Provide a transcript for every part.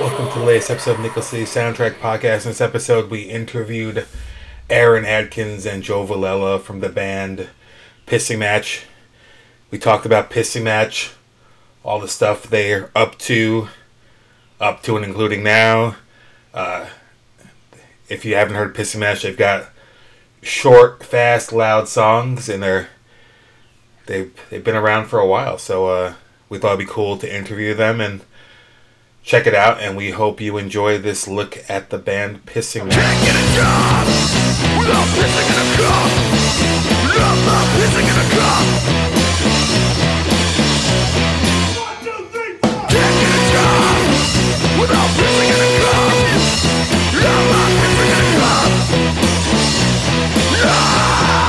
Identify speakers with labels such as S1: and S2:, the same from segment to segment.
S1: Welcome to the latest episode of Nickel City Soundtrack Podcast. In this episode, we interviewed Aaron Adkins and Joe Valella from the band Pissing Match. We talked about Pissing Match, all the stuff they're up to, up to and including now. Uh, if you haven't heard Pissing Match, they've got short, fast, loud songs, and they're they've they've been around for a while. So uh, we thought it'd be cool to interview them and check it out. And we hope you enjoy this look at the band Pissing Match.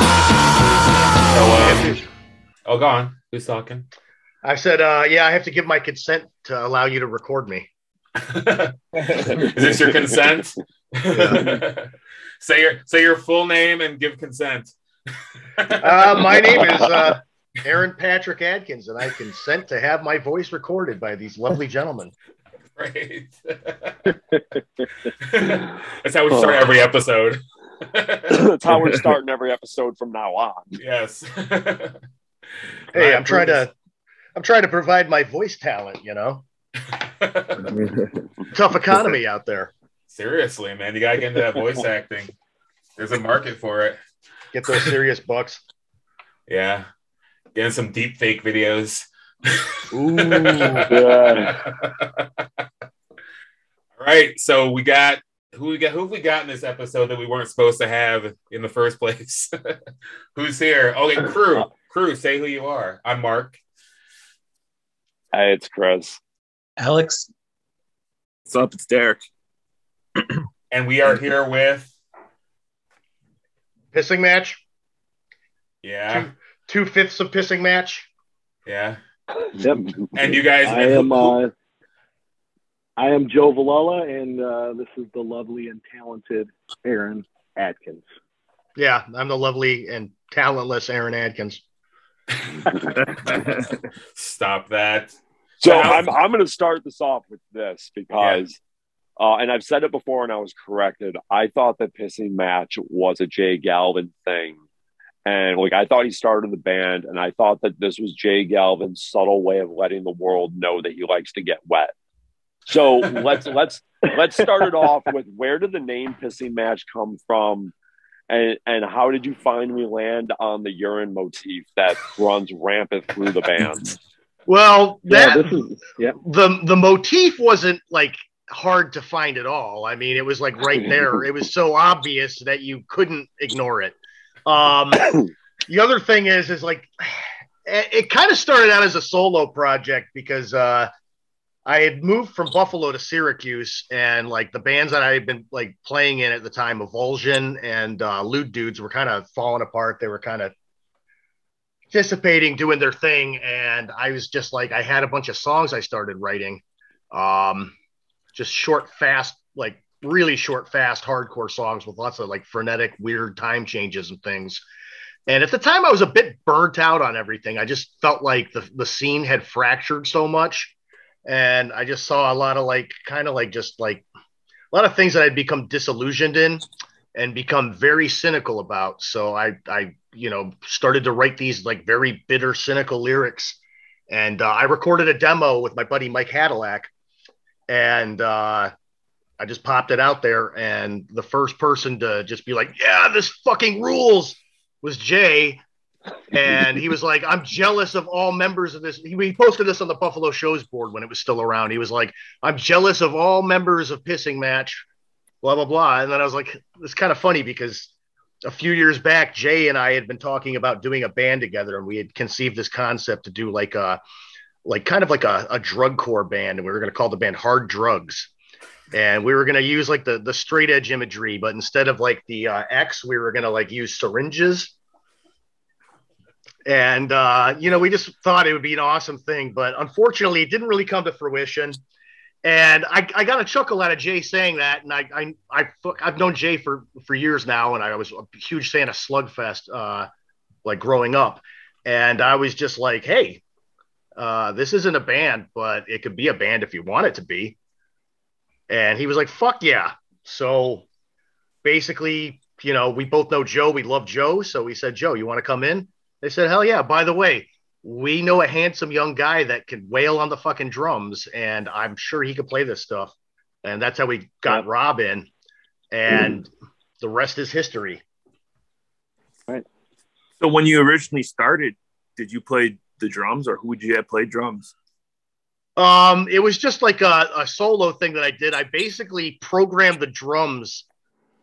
S1: So, uh, oh, go on. Who's talking?
S2: I said, uh, yeah, I have to give my consent to allow you to record me.
S1: Is this your consent? say your say your full name and give consent.
S2: Uh, my name is uh, Aaron Patrick Adkins, and I consent to have my voice recorded by these lovely gentlemen.
S1: Great. That's how we start
S3: Oh.
S1: every episode.
S3: That's how we're starting every episode from now on.
S1: yes.
S2: Hey, I'm trying to, I'm trying to provide my voice talent. You know, tough economy out there.
S1: Seriously, man, you gotta get into that voice acting. There's a market for it.
S2: Get those serious bucks.
S1: Yeah. Getting some deep fake videos.
S3: Ooh, yeah.
S1: All right, so we got who we got who have we got in this episode that we weren't supposed to have in the first place? Who's here? Okay, crew, crew, say who you are. I'm Mark.
S3: Hey, it's Chris.
S4: Alex,
S5: What's up? It's Derek.
S1: and we are here with
S2: Pissing match.
S1: yeah
S2: Two fifths of pissing match.
S1: yeah
S3: Yep.
S1: and you guys
S3: I am. Uh, I am Joe Valella, and uh, this is the lovely and talented Aaron Atkins.
S2: Yeah, I'm the lovely and talentless Aaron Adkins.
S1: stop that
S3: So I'm I'm going to start this off with this because, uh, and I've said it before, and I was corrected. I thought that pissing match was a Jay Galvin thing, and like I thought he started the band, and I thought that this was Jay Galvin's subtle way of letting the world know that he likes to get wet. So let's let's let's start it off with where did the name pissing match come from? And, and how did you finally land on the urine motif that runs rampant through the band?
S2: Well, that
S3: yeah, this is yeah.
S2: the the motif wasn't like hard to find at all. I mean, it was like right there. It was so obvious that you couldn't ignore it. Um, the other thing is, is like it, it kind of started out as a solo project because uh, I had moved from Buffalo to Syracuse, and like the bands that I had been like playing in at the time, Evulsion and uh, Lewd Dudes, were kind of falling apart. They were kind of participating, doing their thing, and I was just like, I had a bunch of songs I started writing, um, just short, fast, like really short, fast, hardcore songs with lots of like frenetic, weird time changes and things. And at the time, I was a bit burnt out on everything. I just felt like the the scene had fractured so much, and I just saw a lot of like, kind of like, just like a lot of things that I'd become disillusioned in and become very cynical about. So I, I, you know, started to write these like very bitter, cynical lyrics. And uh, I recorded a demo with my buddy Mike Hadelack, and uh, I just popped it out there. And the first person to just be like, "Yeah, this fucking rules," was Jay. And he was like, "I'm jealous of all members of this." He, he posted this on the Buffalo Shows board when it was still around. He was like, "I'm jealous of all members of Pissing Match." Blah blah blah. And then I was like, "It's kind of funny because a few years back, Jay and I had been talking about doing a band together, and we had conceived this concept to do like a, like kind of like a, a drug core band, and we were going to call the band Hard Drugs, and we were going to use like the the straight edge imagery, but instead of like the uh, X, we were going to like use syringes. And uh, you know, we just thought it would be an awesome thing, but unfortunately, it didn't really come to fruition. And I, I got a chuckle out of Jay saying that, and I, I, I fuck- I've known Jay for for years now, and I was a huge fan of Slugfest, uh, like growing up, and I was just like, hey, uh, this isn't a band, but it could be a band if you want it to be. And he was like, fuck yeah. So basically, you know, we both know Joe. We love Joe. So we said, Joe, you want to come in? They said, hell yeah. By the way, we know a handsome young guy that can wail on the fucking drums, and I'm sure he could play this stuff. And that's how we got Rob in. And the rest is history.
S6: So when you originally started, did you play the drums or who would you have played drums?
S2: Um, it was just like a, a solo thing that I did. I basically programmed the drums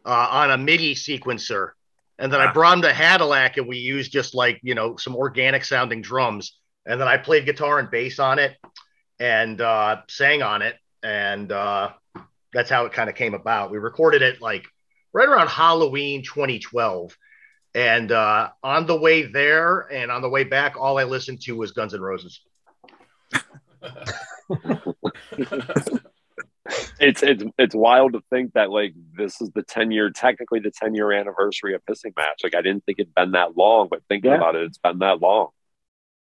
S2: uh, on a MIDI sequencer, and then I
S6: Ah.
S2: brought them to Cadillac, and we used just like you know some organic sounding drums, and then I played guitar and bass on it, and uh, sang on it, and uh, that's how it kind of came about. We recorded it like right around Halloween 2012. And uh, on the way there and on the way back, all I listened to was Guns N' Roses.
S3: It's it's it's wild to think that like this is the ten year technically the ten year anniversary of pissing match. Like I didn't think it'd been that long, but thinking
S7: Yeah.
S3: about it, it's been that long.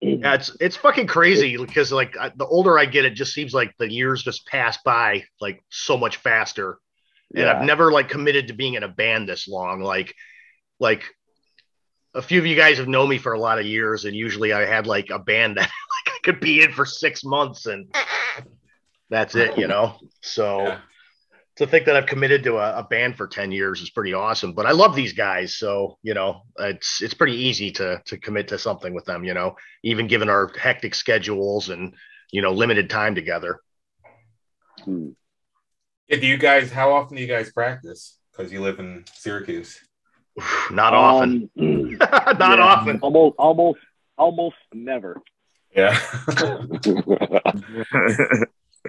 S7: Mm.
S2: Yeah, it's it's fucking crazy because like I, the older I get, it just seems like the years just pass by like so much faster. And I've never like committed to being in a band this long. Like, like a few of you guys have known me for a lot of years, and usually I had like a band that like I could be in for six months, and that's it, you know. So
S8: Yeah.
S2: to think that I've committed to a, a band for ten years is pretty awesome. But I love these guys, so you know it's it's pretty easy to to commit to something with them, you know, even given our hectic schedules and you know limited time together.
S3: Hmm.
S8: Yeah, do you guys? How often do you guys practice? Because you live in Syracuse.
S2: Not
S7: Um,
S2: often, not
S6: yeah.
S2: often.
S7: almost, almost, almost never.
S8: Yeah.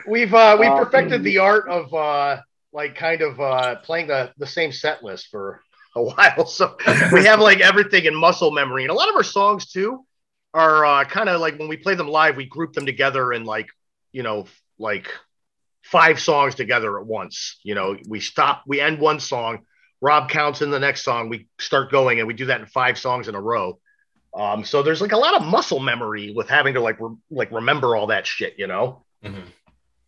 S2: We've uh, we
S7: Um,
S2: perfected the art of uh, like kind of uh, playing the the same set list for a while, so we have like everything in muscle memory, and a lot of our songs too are uh, kind of like when we play them live, we group them together and like you know like five songs together at once. You know, we stop, we end one song, Rob counts in the next song, we start going, and we do that in five songs in a row. Um, so there's like a lot of muscle memory with having to like re- like remember all that shit, you know.
S8: Mhm.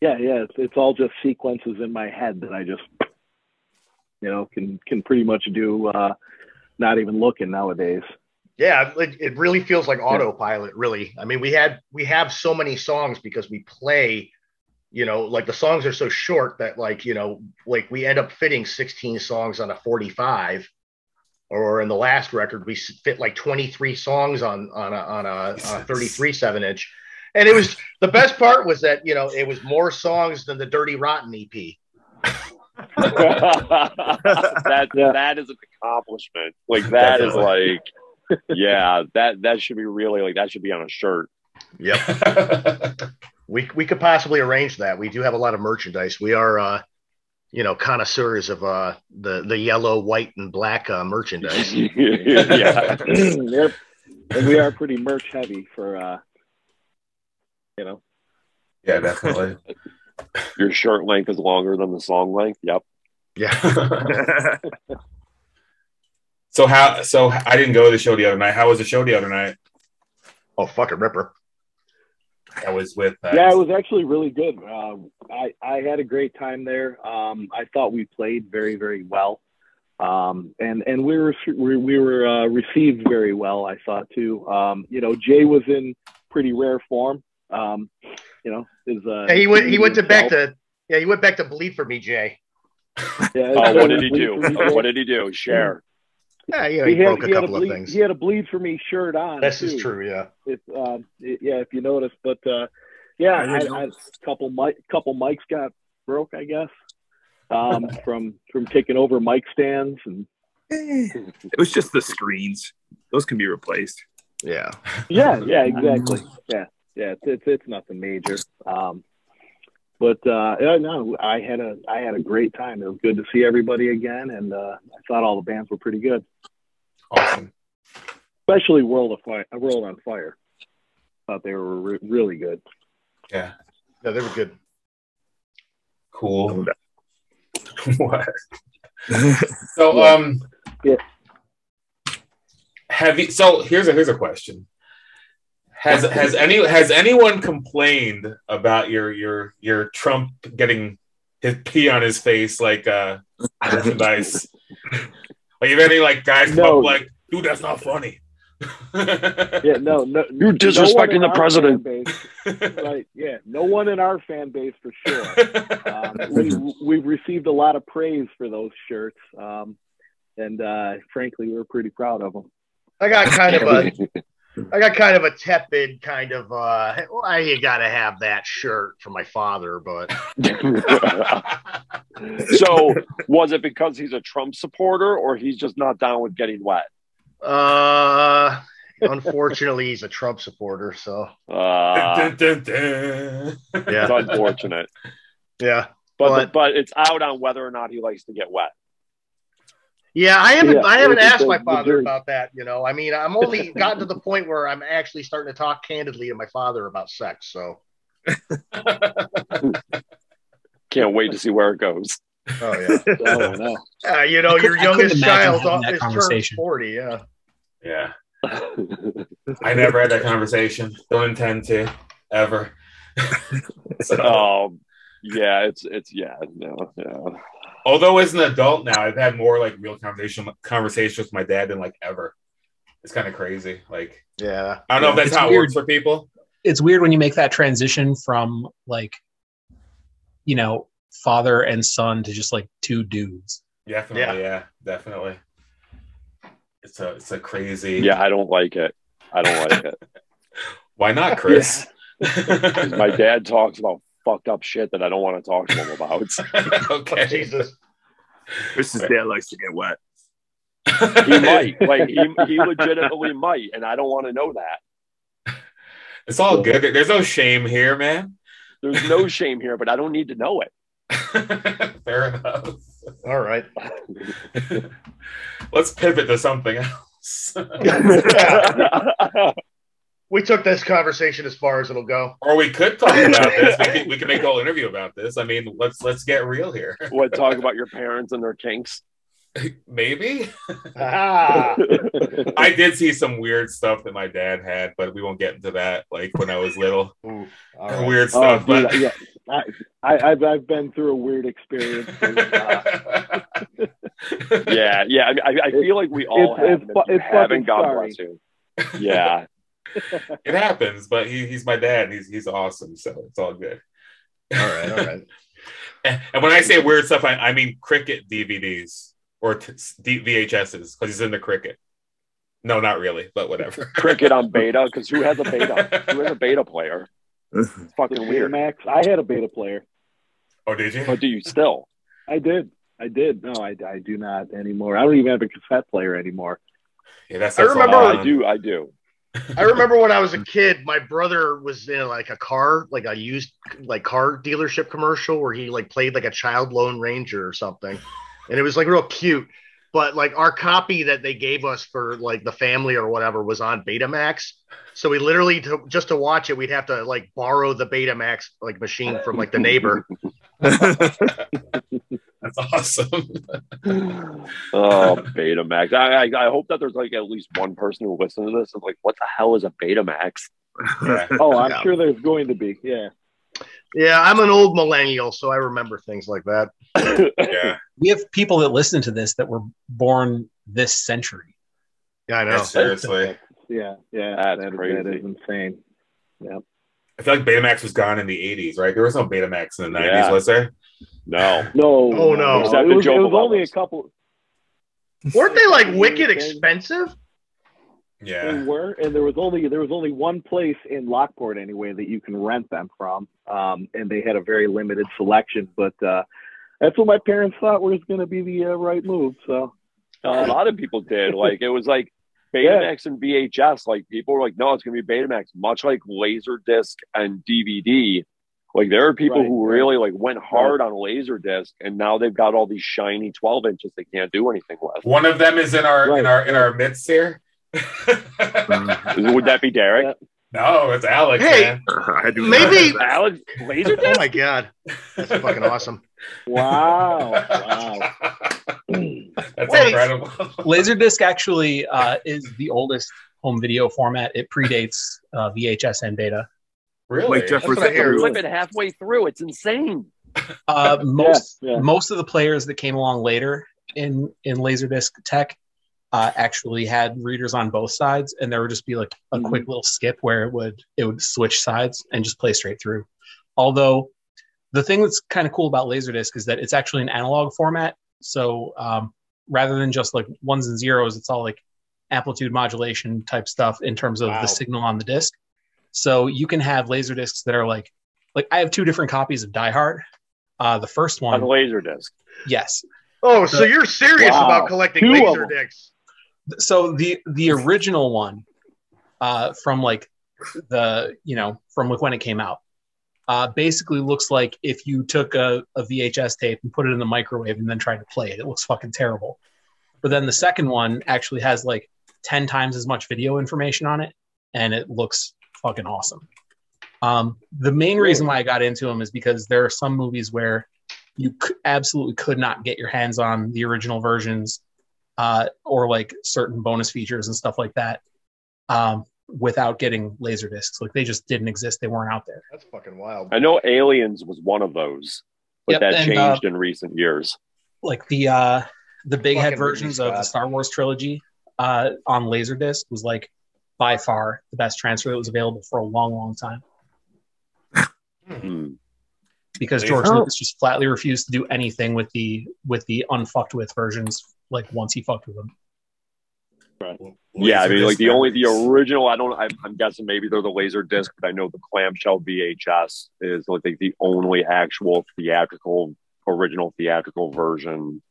S7: Yeah, yeah. It's, it's all just sequences in my head that I just, you know, can can pretty much do. Uh, not even looking nowadays.
S2: Yeah, it, it really feels like autopilot. Really, I mean, we had we have so many songs because we play, you know, like the songs are so short that like you know, like we end up fitting 16 songs on a 45, or in the last record we s- fit like 23 songs on on a on a, on a 33 seven inch, and it was the best part was that you know it was more songs than the Dirty Rotten E EP.
S3: that
S7: Yeah.
S3: that is an accomplishment. Like that is like, yeah, that that should be really like that should be on a shirt.
S2: Yep. we we could possibly arrange that. We do have a lot of merchandise. We are, uh, you know, connoisseurs of uh, the the yellow, white, and black uh, merchandise.
S3: yeah,
S7: yep. And we are pretty merch heavy for, uh, you know.
S8: yeah, definitely.
S3: your shirt length is longer than the song length. Yep.
S2: yeah,
S8: so how? So I didn't go to the show the other night. How was the show the other night?
S2: oh fucking ripper.
S8: I was with. Uh,
S7: Yeah, it was actually really good. Um, I I had a great time there. Um, I thought we played very very well, um, and and we were we, we were uh, received very well. I thought too. Um, you know, Jay was in pretty rare form. Um, you know, his uh,
S2: Yeah, he went he went to back
S7: himself.
S2: to yeah he went back to bleed for me, Jay.
S7: Yeah,
S3: Oh, what did he
S7: he
S3: do? Oh, what did he do? Share.
S2: Yeah, you know,
S7: he
S2: he,
S7: had,
S2: broke a
S7: he, had a
S2: couple of
S7: bleed,
S2: things.
S7: he had a bleed for me shirt on.
S2: This is
S7: too.
S2: true. Yeah,
S7: If um, it- yeah, if you notice, but uh, yeah,
S6: I didn't
S7: I, I, couple mic, couple mics got broke, I guess, um, from from taking over mic stands and
S6: it was just the screens. Those can be replaced.
S2: yeah.
S7: yeah, yeah, exactly, yeah, yeah. It's it's, it's nothing major, um, but uh, yeah, no, I had a I had a great time. It was good to see everybody again, and uh, I thought all the bands were pretty good,
S8: awesome.
S7: especially World of Fire, uh, World on Fire. Thought they were re- really good.
S8: Yeah.
S2: Yeah, they were good.
S8: Cool.
S1: what?
S8: So
S7: Yeah.
S8: um
S7: Yeah.
S1: Have you? So here's a here's a question. Has has any has anyone complained about your your your Trump getting his pee on his face like uh merchandise? like if any like guys come
S7: No.
S1: up like, dude, that's not funny.
S7: Yeah, no, no.
S3: You're disrespecting the president.
S7: Right? Yeah, no one in our fan base for sure. um, we, we've received a lot of praise for those shirts, um, and uh, frankly, we're pretty proud of them.
S2: I got kind of a I got kind of a tepid kind of uh why you gotta have that shirt for my father, but
S3: so was it because he's a Trump supporter or he's just not down with getting wet?
S2: uh unfortunately he's a Trump supporter, so
S3: Uh,
S1: Dun, dun, dun, dun.
S3: it's
S2: yeah.
S3: unfortunate,
S2: Yeah.
S3: but
S2: But-
S3: but, it's out on whether or not he likes to get wet.
S2: Yeah, I haven't
S7: Yeah,
S2: I haven't
S7: it's
S2: asked
S7: the-
S2: my
S7: the
S2: father
S7: jury.
S2: about that, you know. I mean, I'm only gotten to the point where I'm actually starting to talk candidly to my father about sex, so
S3: Can't wait to see where it goes.
S2: oh yeah.
S7: Oh, no.
S2: Uh, you know, your
S4: I couldn't- I couldn't
S2: youngest
S4: imagine
S2: child
S4: having that
S2: is turned
S4: conversation.
S2: 40, yeah.
S1: Yeah.
S3: Um,
S1: I never had that conversation. Don't intend to ever. So-
S3: um, yeah, it's it's yeah, no, yeah.
S1: although as an adult now, I've had more like real conversation conversations with my dad than like ever. It's kind of crazy. Like
S2: Yeah.
S1: I don't know if that's
S4: It's
S1: how it
S4: weird.
S1: works for people.
S4: it's weird when you make that transition from like you know father and son to just like two dudes
S1: Definitely, yeah, definitely. It's a it's a crazy.
S3: yeah. I don't like it. I don't like it.
S1: Why not, Chris?
S3: 'Cause My dad talks about fucked up shit that I don't want to talk to him about.
S2: Oh,
S1: okay.
S2: Jesus.
S6: Chris's dad likes to get wet.
S3: He might, like he, he legitimately might, and I don't want to know that.
S1: It's all good. There's no shame here, man.
S3: There's no shame here, but I don't need to know it.
S1: Fair enough.
S2: All right.
S1: Let's pivot to something else.
S2: We took this conversation as far as it'll go.
S1: or we could talk about this. We can, we can make a whole interview about this. I mean, let's let's get real here.
S3: what talk about your parents and their kinks?
S1: Maybe
S2: Ah,
S1: I did see some weird stuff that my dad had, but we won't get into that. Like when I was little,
S2: Ooh, all right.
S1: weird
S7: Oh,
S1: stuff.
S7: dude,
S1: but
S7: yeah. I, I, I've I've been through a weird experience. Uh,
S3: yeah, yeah. I, mean, I, I feel like we all
S7: It's-
S3: have.
S7: it's
S3: them.
S7: fu-
S3: If you
S7: it's
S3: haven't,
S7: fucking
S3: God
S7: sorry.
S3: bless you. Yeah,
S1: it happens. But he, he's my dad. and He's he's awesome. So it's all good.
S2: all right, all right.
S1: And and when I say weird stuff, I, I mean cricket DVDs or t- D- VHSs because he's into cricket. No, not really, but whatever.
S3: cricket on beta because who has a beta? Who has a beta player? It's
S7: the
S3: fucking weird.
S7: Betamax. I had a beta player.
S1: oh, did you?
S3: But do you still?
S7: I did. I did. No, I, I do not anymore. I don't even have a cassette player anymore.
S1: Yeah, that's,
S2: I
S1: that's all
S2: remember-
S1: on.
S3: I do. I do.
S2: I remember when I was a kid, my brother was in like a car, like a used like car dealership commercial where he like played like a child lone ranger or something. And it was like real cute. But like our copy that they gave us for like the family or whatever was on Betamax. So we literally to, just to watch it, we'd have to like borrow the Betamax like machine from like the neighbor.
S1: That's awesome.
S3: Oh, Betamax. I, I I hope that there's like at least one person who listens to this and like, what the hell is a Betamax?
S1: Yeah.
S7: Oh, I'm
S2: Yeah.
S7: sure there's going to be. Yeah.
S2: Yeah, I'm an old millennial, so I remember things like that.
S1: yeah.
S4: we have people that listen to this that were born this century
S2: Yeah, I know.
S1: Yeah, seriously.
S7: Yeah. Yeah.
S3: That's
S7: that is- That
S3: crazy.
S7: is insane.
S1: I feel like Betamax was gone in the 80s, right? There was no Betamax in the 90s,
S3: Yeah.
S1: was there?
S3: No.
S7: No.
S2: Oh, no.
S7: It
S3: Except the
S7: was, it
S3: Joe
S7: was only a
S3: Bellas.
S7: couple.
S2: Weren't they like wicked expensive?
S1: Yeah.
S7: They
S3: Mm.
S7: were, and there was only there was only one place in Lockport anyway that you can rent them from, um, and they had a very limited selection. But uh, that's what my parents thought was going to be the uh, right move. So
S3: a lot of people did. Like it was like Betamax and VHS. Like people were like, no, it's gonna be Betamax, much like Laserdisc and DVD. Like there are people
S7: Right,
S3: who
S7: right.
S3: really like went hard on Laserdisc, and now they've got all these shiny twelve inches they can't do anything with.
S1: One of them is in our in
S7: Right.
S1: our in our midst here.
S3: Mm-hmm. Is- Would that be Derek?
S1: No, it's Alex.
S2: Hey.
S1: man.
S6: I do
S2: Maybe-
S3: Alex Laser.
S2: oh my god, that's fucking awesome.
S7: Wow. wow.
S1: That's
S2: Wait.
S1: incredible.
S4: Laserdisc actually uh, is the oldest home video format. It predates uh, VHS and Beta.
S1: really?
S6: Wait, Jeff-
S2: That's what I hear.
S3: Flip it halfway through. It's insane.
S4: Uh, most
S7: yeah.
S4: most of the players that came along later in in Laserdisc tech uh, actually had readers on both sides, and there would just be like a
S7: Mhm.
S4: quick little skip where it would it would switch sides and just play straight through. Although the thing that's kind of cool about Laserdisc is that it's actually an analog format, so um, rather than just like ones and zeros, it's all like amplitude modulation type stuff in terms of
S8: Wow.
S4: the signal on the disc. So you can have laser discs that are like like I have two different copies of Die Hard. Uh, the first
S3: On
S4: one,
S3: laser disc.
S4: yes.
S2: Oh, so you're serious
S7: Wow.
S2: about collecting
S7: Two of
S2: laser dicks?
S4: So the the original one, uh, from like the you know from like when it came out, uh, basically looks like if you took a, a VHS tape and put it in the microwave and then tried to play it, it looks fucking terrible. But then the second one actually has like ten times as much video information on it, and it looks fucking awesome. Um, the main reason why I got into them is because there are some movies where you c- absolutely could not get your hands on the original versions uh, or like certain bonus features and stuff like that um, without getting laser discs. Like they just didn't exist; they weren't out there.
S2: That's fucking wild.
S3: I know Aliens was one of those, but
S4: Yep,
S3: that
S4: and,
S3: changed
S4: uh,
S3: in recent years.
S4: Like the uh, the big head
S2: Fucking Ridley
S4: versions of the
S2: Scott.
S4: Star Wars trilogy uh, on laser disc was like by far the best transfer that was available for a long, long time
S3: Hmm.
S4: because
S1: Laser-
S4: George
S1: Oh.
S4: Lucas just flatly refused to do anything with the with the unfucked with versions. Like once he fucked with them.
S3: Yeah, I mean, like the
S1: Laserdisc
S3: only the
S1: memories.
S3: original. I don't. I'm, I'm guessing maybe they're the laser disc, but I know the clamshell VHS is like the- the only actual theatrical original theatrical version.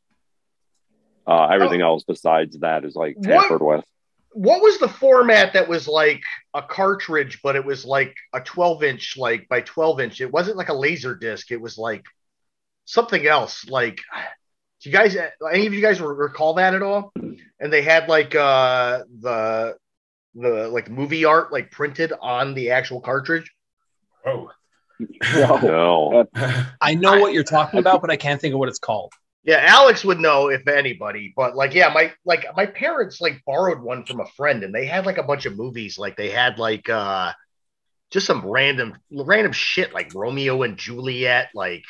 S3: Uh, everything else besides that is like
S2: Oh. What?
S3: tampered with.
S2: What was the format that was like a cartridge, but it was like a 12 inch, like by 12 inch? It wasn't like a laser disc. It was like something else. Like, do you guys, any of you guys re- recall that at all? And they had like uh the the like movie art like printed on the actual cartridge.
S1: Oh.
S7: Oh.
S3: No,
S4: I know what you're talking about, but I can't think of what it's called.
S2: Yeah, Alex would know if anybody, but like, yeah, my like my parents like borrowed one from a friend, and they had like a bunch of movies. Like they had like uh just some random random shit like Romeo and Juliet, like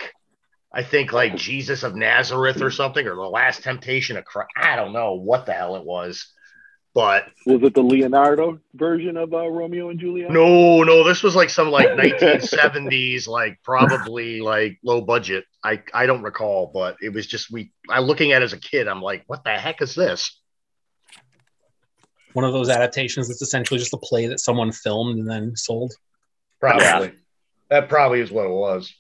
S2: I think like Jesus of Nazareth or something, or The Last Temptation of Christ. I don't know what the hell it was, but
S7: Was it the Leonardo version of uh, Romeo and Juliet?
S2: no, no, this was like some like 1970s, like probably like low budget. I I don't recall, but it was just we. I looking at it as a kid, I'm like, what the heck is this?
S4: One of those adaptations that's essentially just a play that someone filmed and then sold.
S2: Probably.
S3: Yeah.
S2: That probably is what it was.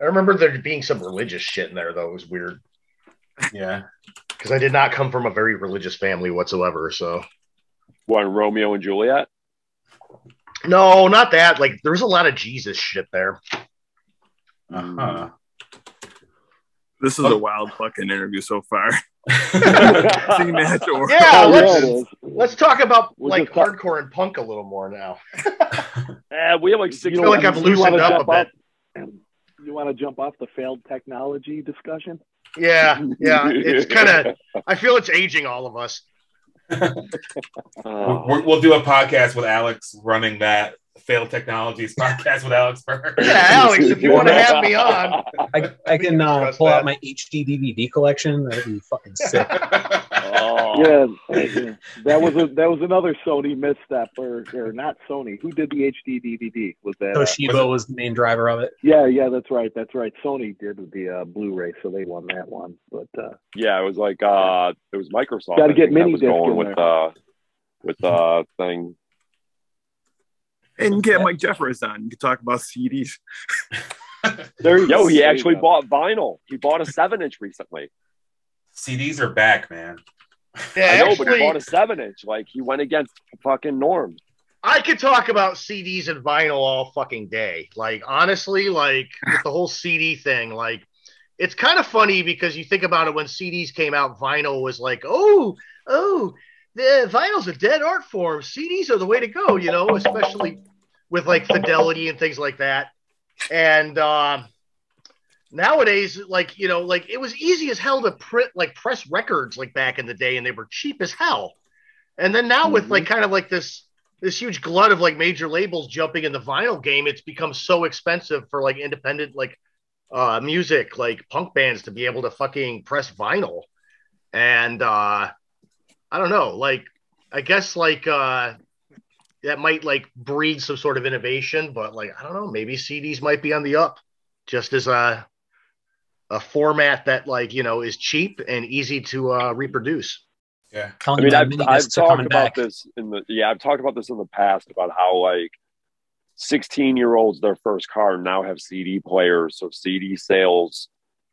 S2: I remember there being some religious shit in there, though. It was weird
S1: Yeah.
S2: because I did not come from a very religious family whatsoever. So,
S3: one Romeo and Juliet.
S2: no, not that. Like, there's a lot of Jesus shit there.
S3: Mm.
S1: Uh
S6: This is a wild fucking interview so far.
S1: huh.
S6: Sing match or
S2: Yeah,
S7: Oh, yeah,
S2: let's,
S7: it is.
S2: let's talk about
S7: We'll
S2: like
S7: just talk-
S2: hardcore and punk a little more now.
S3: Eh, we have like six.
S2: You know, like I've
S7: you
S2: loosened
S7: wanna
S2: up a
S7: jump off- You want to jump off the failed technology discussion?
S2: Yeah, yeah. It's kind of, I feel it's aging all of us.
S3: Oh.
S1: We're, we'll do a podcast with Alex running that failed technologies podcast with Alex Burr.
S2: Yeah, Alex, if you want to have me on,
S4: I, I can uh,
S2: Trust
S4: pull
S2: that.
S4: out my HD DVD collection. That'd be fucking sick.
S3: Oh.
S7: Yeah, yeah. that was a, that was another Sony misstep, or, or not Sony. Who did the HD DVD? Was that? uh,
S4: Toshiba was the main driver of it.
S7: yeah, yeah, that's right, that's right. Sony did with the uh, Blu-ray, so they won that one. But uh,
S3: Yeah, it was like uh, it was Microsoft.
S7: Gotta
S3: I
S7: get
S3: think, that
S7: mini
S3: was
S7: disc
S3: going
S7: in
S3: with
S7: there.
S3: uh, with uh thing.
S6: and get Mike Jeffers on. You can talk about CDs.
S7: there you
S3: Yo,
S7: go.
S3: he
S7: There you
S3: actually
S7: go.
S3: bought vinyl. He bought a seven inch recently.
S1: CDs are back, man.
S2: yeah,
S3: I know, but he
S2: actually,
S3: bought a seven inch. Like he went against fucking norm.
S2: I could talk about CDs and vinyl all fucking day. Like honestly, like with the whole CD thing, like it's kind of funny because you think about it when CDs came out, vinyl was like, oh, oh, the vinyl's a dead art form. CDs are the way to go, you know, especially with like fidelity and things like that. And um, nowadays, like you know, like it was easy as hell to print like press records like back in the day, and they were cheap as hell. And then now with like kind of like this this huge glut of like major labels jumping in the vinyl game, it's become so expensive for like independent like uh music like punk bands to be able to fucking press vinyl. And uh I don't know, like I guess like uh that might like breed some sort of innovation, but like I don't know, maybe CDs might be on the up just as a a format that like, you know, is cheap and easy to uh reproduce.
S1: Yeah.
S4: Telling
S3: I mean,
S4: my
S3: I've,
S4: mini
S3: I've
S4: discs are
S3: talked
S4: coming
S3: about
S4: back.
S3: this in the yeah, I've talked about this in the past about how like sixteen year olds their first car now have CD players, so CD sales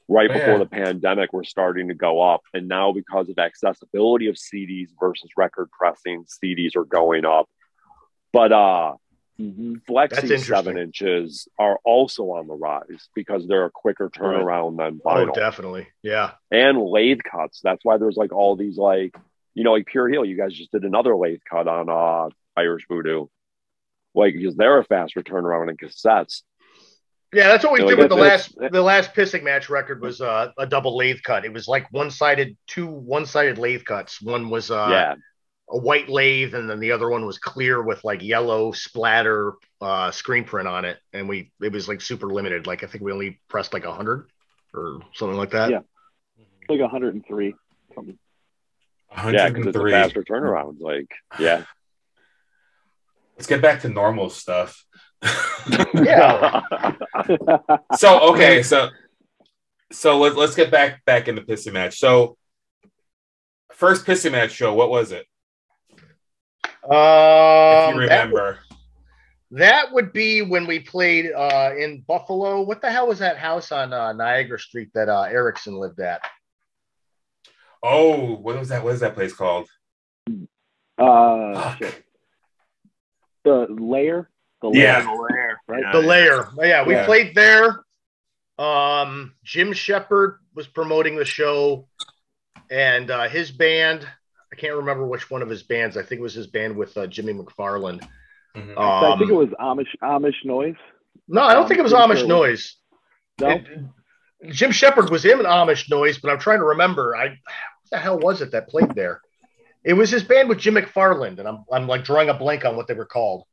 S3: right
S1: Oh,
S3: before
S1: yeah.
S3: the pandemic were starting to go up, and now because of accessibility of CDs versus record pressing, CDs are going up. But uh,
S2: Mm-hmm.
S7: Mhm.
S2: That's
S3: flexi
S2: interesting.
S3: seven inches are also on the rise because they're a quicker turnaround than vinyl
S2: Oh, definitely. Yeah.
S3: and lathe cuts. That's why there's like all these like you know like Pure Heel. You guys just did another lathe cut on uh Irish Voodoo, like because they're a faster turnaround in cassettes.
S2: Yeah, that's what we
S3: So
S2: did
S3: I
S2: with the
S3: guess
S2: last the last pissing match record was uh, a double lathe cut. It was like one sided two one sided lathe cuts. One was uh,
S3: yeah,
S2: a white lathe, and then the other one was clear with like yellow splatter uh, screen print on it. And we it was like super limited. Like I think we only pressed like hundred or something like that.
S7: Yeah. like 103. Something.
S3: yeah, because it's a
S8: 103.
S3: faster turnaround. Like yeah,
S1: Let's get back to normal stuff.
S2: Yeah.
S1: so okay, so so let's let's get back back into pissy match. So first pissy match show, what was it? If
S2: Um,
S1: you
S2: that, would,
S1: remember,
S2: that would be when we played uh, in Buffalo. What the hell was that house on uh, Niagara Street that uh, Erickson lived at?
S1: oh, what was that? What is that place called?
S7: Uh,
S1: Fuck.
S7: Oh, shit. The layer. The layer.
S1: Yeah.
S7: Right?
S2: the layer. Yeah, we
S1: Yeah.
S2: played there. Um, Jim Shepard was promoting the show, and uh, his band. I can't remember which one of his bands. I think it was his band with uh, Jimmy McFarland.
S3: Mm-hmm.
S1: Mhm.
S7: So I think it
S2: Um,
S7: was Amish Amish noise.
S2: no, I don't think it was
S7: I'm pretty
S2: Amish
S7: sure it
S2: Noise.
S7: No,
S2: It- Jim Shepard was in Amish Noise, but I'm trying to remember. I what the hell was it that played there? It was his band with Jim McFarland, and I'm I'm like drawing a blank on what they were called.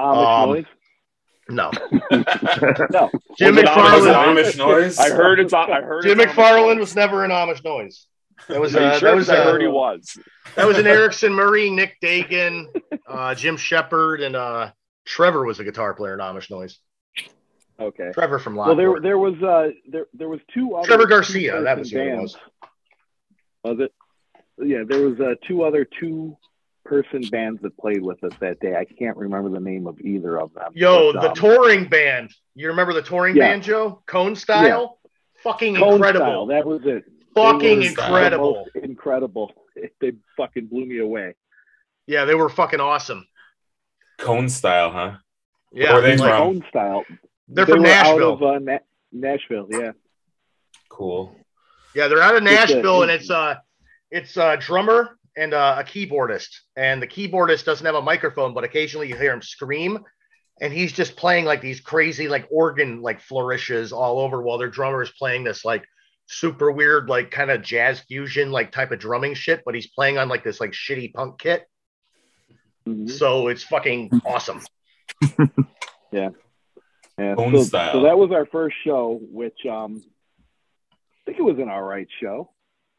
S7: Amish
S2: um,
S7: noise.
S2: No, Jim
S7: No,
S3: Was it Amish-
S1: Was it
S2: McFarland.
S1: Amish noise?
S3: I heard it's on. I heard
S2: Jim
S3: it's on-
S2: McFarland was never in Amish Noise. That was
S3: Are you
S2: uh,
S3: sure?
S2: that was
S3: 'Cause I
S2: uh,
S3: heard he was.
S2: that was an Erickson Murray, Nick Dagan, uh, Jim Shepard, and uh, Trevor was a guitar player in Amish Noise.
S7: okay.
S2: Trevor from
S7: Well,
S2: Lockport.
S7: there there was uh there there was two other
S2: Trevor Garcia, that was who it
S7: two-person
S2: was.
S7: bands. Was it? Yeah, there was uh, two other two person bands that played with us that day. I can't remember the name of either of them.
S2: Yo,
S7: but,
S2: the
S7: um,
S2: touring band. You remember the touring
S7: Yeah.
S2: band, Joe? Cone style. Fucking
S7: Cone Style,
S2: incredible.
S7: that was it. They
S2: Fucking
S7: were
S1: Style.
S2: incredible.
S7: the most incredible. They fucking blew me away.
S2: Yeah, they were fucking awesome.
S1: Cone style, huh?
S2: Yeah,
S1: Where are they
S2: like,
S1: from?
S7: Cone Style.
S2: they're
S7: They
S2: from
S7: were
S2: Nashville.
S7: Out of, uh, Na- Nashville, yeah.
S1: Cool.
S2: Yeah, they're out of
S7: It's a-
S2: Nashville, and it's uh it's a drummer and uh, a keyboardist, and the keyboardist doesn't have a microphone, but occasionally you hear him scream, and he's just playing like these crazy like organ like flourishes all over while their drummer is playing this like super weird like kind of jazz fusion like type of drumming shit, but he's playing on like this like shitty punk kit,
S7: Mhm.
S2: so it's fucking awesome.
S7: Yeah,
S1: Bone
S7: so,
S1: style.
S7: so that was our first show, which um, I think it was an all right show.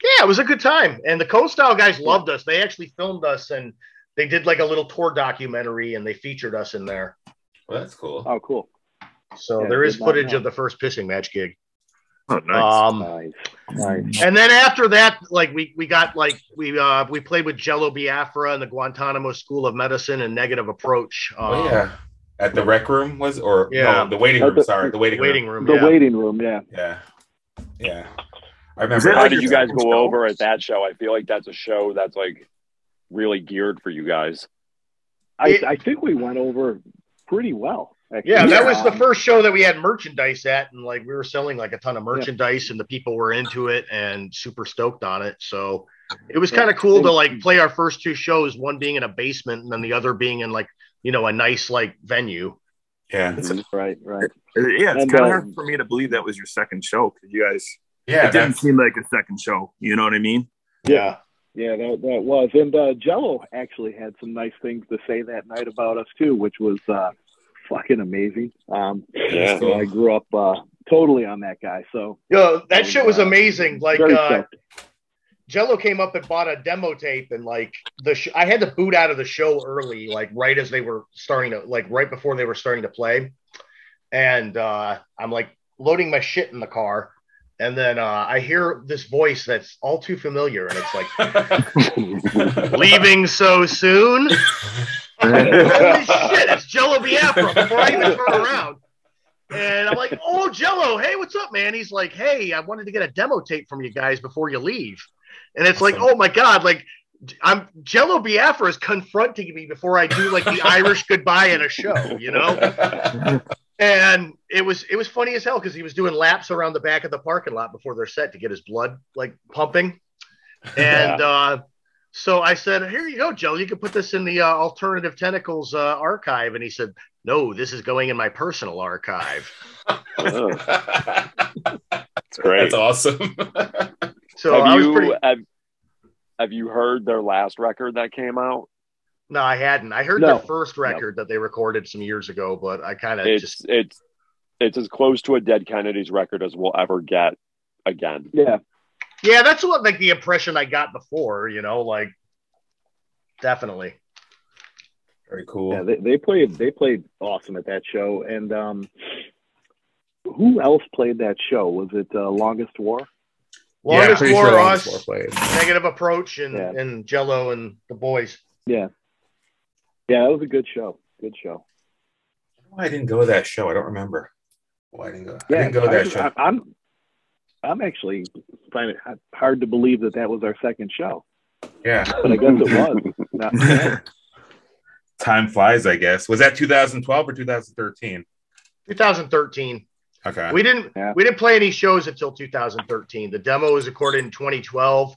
S2: Yeah, it was a good time. And the Coast Style guys loved us. They actually filmed us and they did like a little tour documentary and they featured us in there.
S1: Well, that's cool.
S7: Oh, cool.
S2: So
S7: Yeah,
S2: there is
S7: did not
S2: footage
S7: know.
S2: of the first pissing match gig.
S6: Oh, nice.
S2: Um,
S7: Nice, nice.
S2: and then after that, like we we got like we uh we played with Jello Biafra and the Guantanamo School of Medicine and Negative Approach. Um,
S1: Oh yeah. At the rec room was or
S2: Yeah.
S1: no, the waiting
S7: At
S1: room,
S7: the-
S1: sorry, the waiting,
S2: Waiting room.
S1: room.
S7: The
S2: yeah.
S7: waiting room, yeah.
S1: Yeah. Yeah. I
S6: Was
S1: remember
S6: that
S3: How
S6: like
S3: did
S6: your
S3: you guys
S6: second
S3: go
S6: show?
S3: over at that show? I feel like that's a show that's like really geared for you guys.
S7: I,
S2: It-
S7: I think we went over pretty well. actually.
S2: Yeah, that was the
S7: Um,
S2: first show that we had merchandise at, and like we were selling like a ton of merchandise, and the people were into it and super stoked on it. So It was kind of cool to like play our first two shows, one being in a basement and then the other being in like you know a nice like venue.
S8: Yeah.
S7: Mm-hmm. Right, right.
S6: Yeah, it's
S7: And,
S6: kind
S7: uh,
S6: of hard for me to believe that was your second show because you guys
S1: Yeah,
S6: it didn't
S1: that's,
S6: seem like a second show. You know what I mean?
S2: Yeah,
S7: Yeah, that, that was. And uh, Jello actually had some nice things to say that night about us, too, which was uh, fucking amazing. Um,
S3: Yeah.
S7: so I grew up uh, totally on that guy. So
S2: yo, that shit was amazing. Like
S7: very
S2: uh,
S7: stoked.
S2: Jello came up and bought a demo tape, and like the sh- I had to boot out of the show early, like right as they were starting to like right before they were starting to play, and uh, I'm like loading my shit in the car, and then uh, I hear this voice that's all too familiar, and it's like leaving so soon. Holy shit, it's Jello Biafra before I even turn around. And I'm like, oh, Jello, hey, what's up, man? He's like, hey, I wanted to get a demo tape from you guys before you leave. And it's like, oh my God, like, I'm Jello Biafra is confronting me before I do like the Irish goodbye at a show, you know? And it was it was funny as hell because he was doing laps around the back of the parking lot before their set to get his blood like pumping. And uh, so I said, "Here you go, Joe. You can put this in the uh, Alternative Tentacles uh, archive." And he said, "No, this is going in my personal archive."
S3: Oh,
S1: that's
S3: it's great.
S1: awesome.
S2: So I
S3: have
S2: was
S3: you
S2: pretty.
S3: have, have you heard their last record that came out?
S2: No, I hadn't. I heard
S7: No.
S2: their first record that they recorded some years ago, but I kind of
S3: It's
S2: just
S3: it's it's as close to a Dead Kennedys record as we'll ever get again.
S7: yeah,
S2: yeah, that's what like the impression I got before. You know, like definitely.
S8: Very cool.
S7: yeah, they, they played they played awesome at that show. And um, who else played that show? Was it uh, Longest War?
S8: Yeah,
S2: Longest
S8: pretty
S2: War,
S8: sure
S2: Us,
S8: Longest War played.
S2: Negative Approach, and
S7: Yeah.
S2: and Jello and the boys.
S7: Yeah, that was a good show. Good show.
S1: Why Oh, I didn't go to that show? I don't remember. Why I didn't go?
S7: Yeah,
S1: I didn't go to that show.
S7: I, I'm I'm actually finding it h- hard to believe that that was our second show,
S1: yeah,
S7: but I guess it was. Not-
S1: time flies. I guess was that 2012 or 2013?
S2: 2013.
S1: Okay.
S2: we didn't
S7: Yeah.
S2: we didn't play any shows until 2013 the demo was recorded in 2012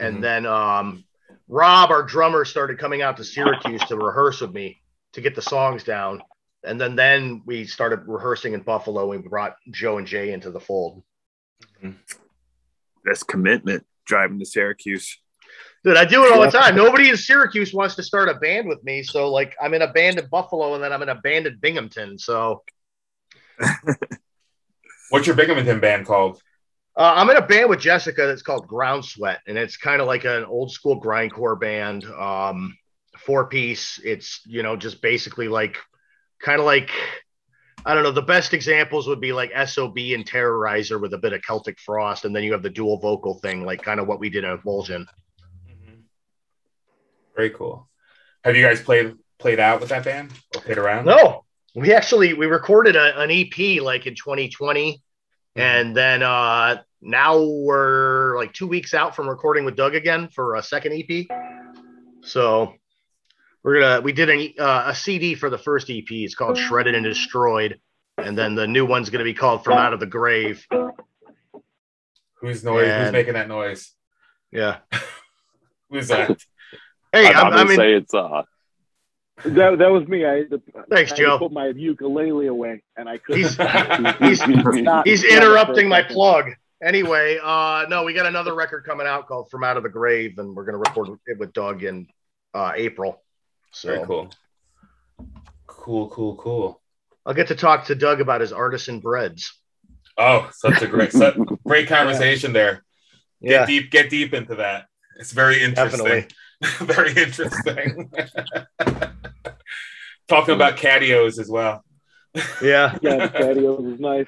S2: and
S1: Mhm.
S2: then um rob our drummer started coming out to syracuse to rehearse with me to get the songs down and then then we started rehearsing in buffalo and we brought joe and jay into the fold
S6: That's commitment driving to Syracuse.
S2: dude i do it all the time nobody in syracuse wants to start a band with me so like i'm in a band in buffalo and then i'm in a band in binghamton so
S1: What's your Binghamton band called?
S2: Uh, I'm in a band with Jessica that's called Ground Sweat, and it's kind of like an old school grindcore band, um, four piece. It's you know just basically like, kind of like, I don't know. The best examples would be like SOB and Terrorizer with a bit of Celtic Frost, and then you have the dual vocal thing, like kind of what we did at Vulsion.
S1: Very cool. Have you guys played played out with that band or played around?
S2: No, we actually we recorded a, an EP like in 2020, and then uh, now we're like two weeks out from recording with Doug again for a second EP. So we're gonna we did an, uh, a CD for the first EP. It's called Shredded and Destroyed, and then the new one's gonna be called From Out of the Grave.
S1: Who's noise? Who's
S2: And-
S1: making that noise?
S2: Yeah.
S1: Who's that?
S2: Hey, I'm,
S3: I'm, I'm
S2: I'm
S3: gonna
S2: in.
S3: say it's uh
S7: that that was me. I had to,
S2: Thanks,
S7: I had to
S2: Joe.
S7: put my ukulele away, and I couldn't.
S2: He's-
S1: he's-
S7: not-
S2: He's
S7: not
S2: interrupting my
S7: for a second.
S2: plug. Anyway, uh, no, we got another record coming out called From Out of the Grave, and we're gonna record it with Doug in uh, April. So
S1: Very cool. Cool, cool, cool.
S2: I'll get to talk to Doug about his artisan breads.
S1: Oh, such a great, such, great conversation there. Get
S2: Yeah,
S1: deep, get deep into that. It's very interesting.
S2: definitely.
S1: very interesting. Talking about catios as well.
S2: Yeah.
S7: Yeah, patio is nice.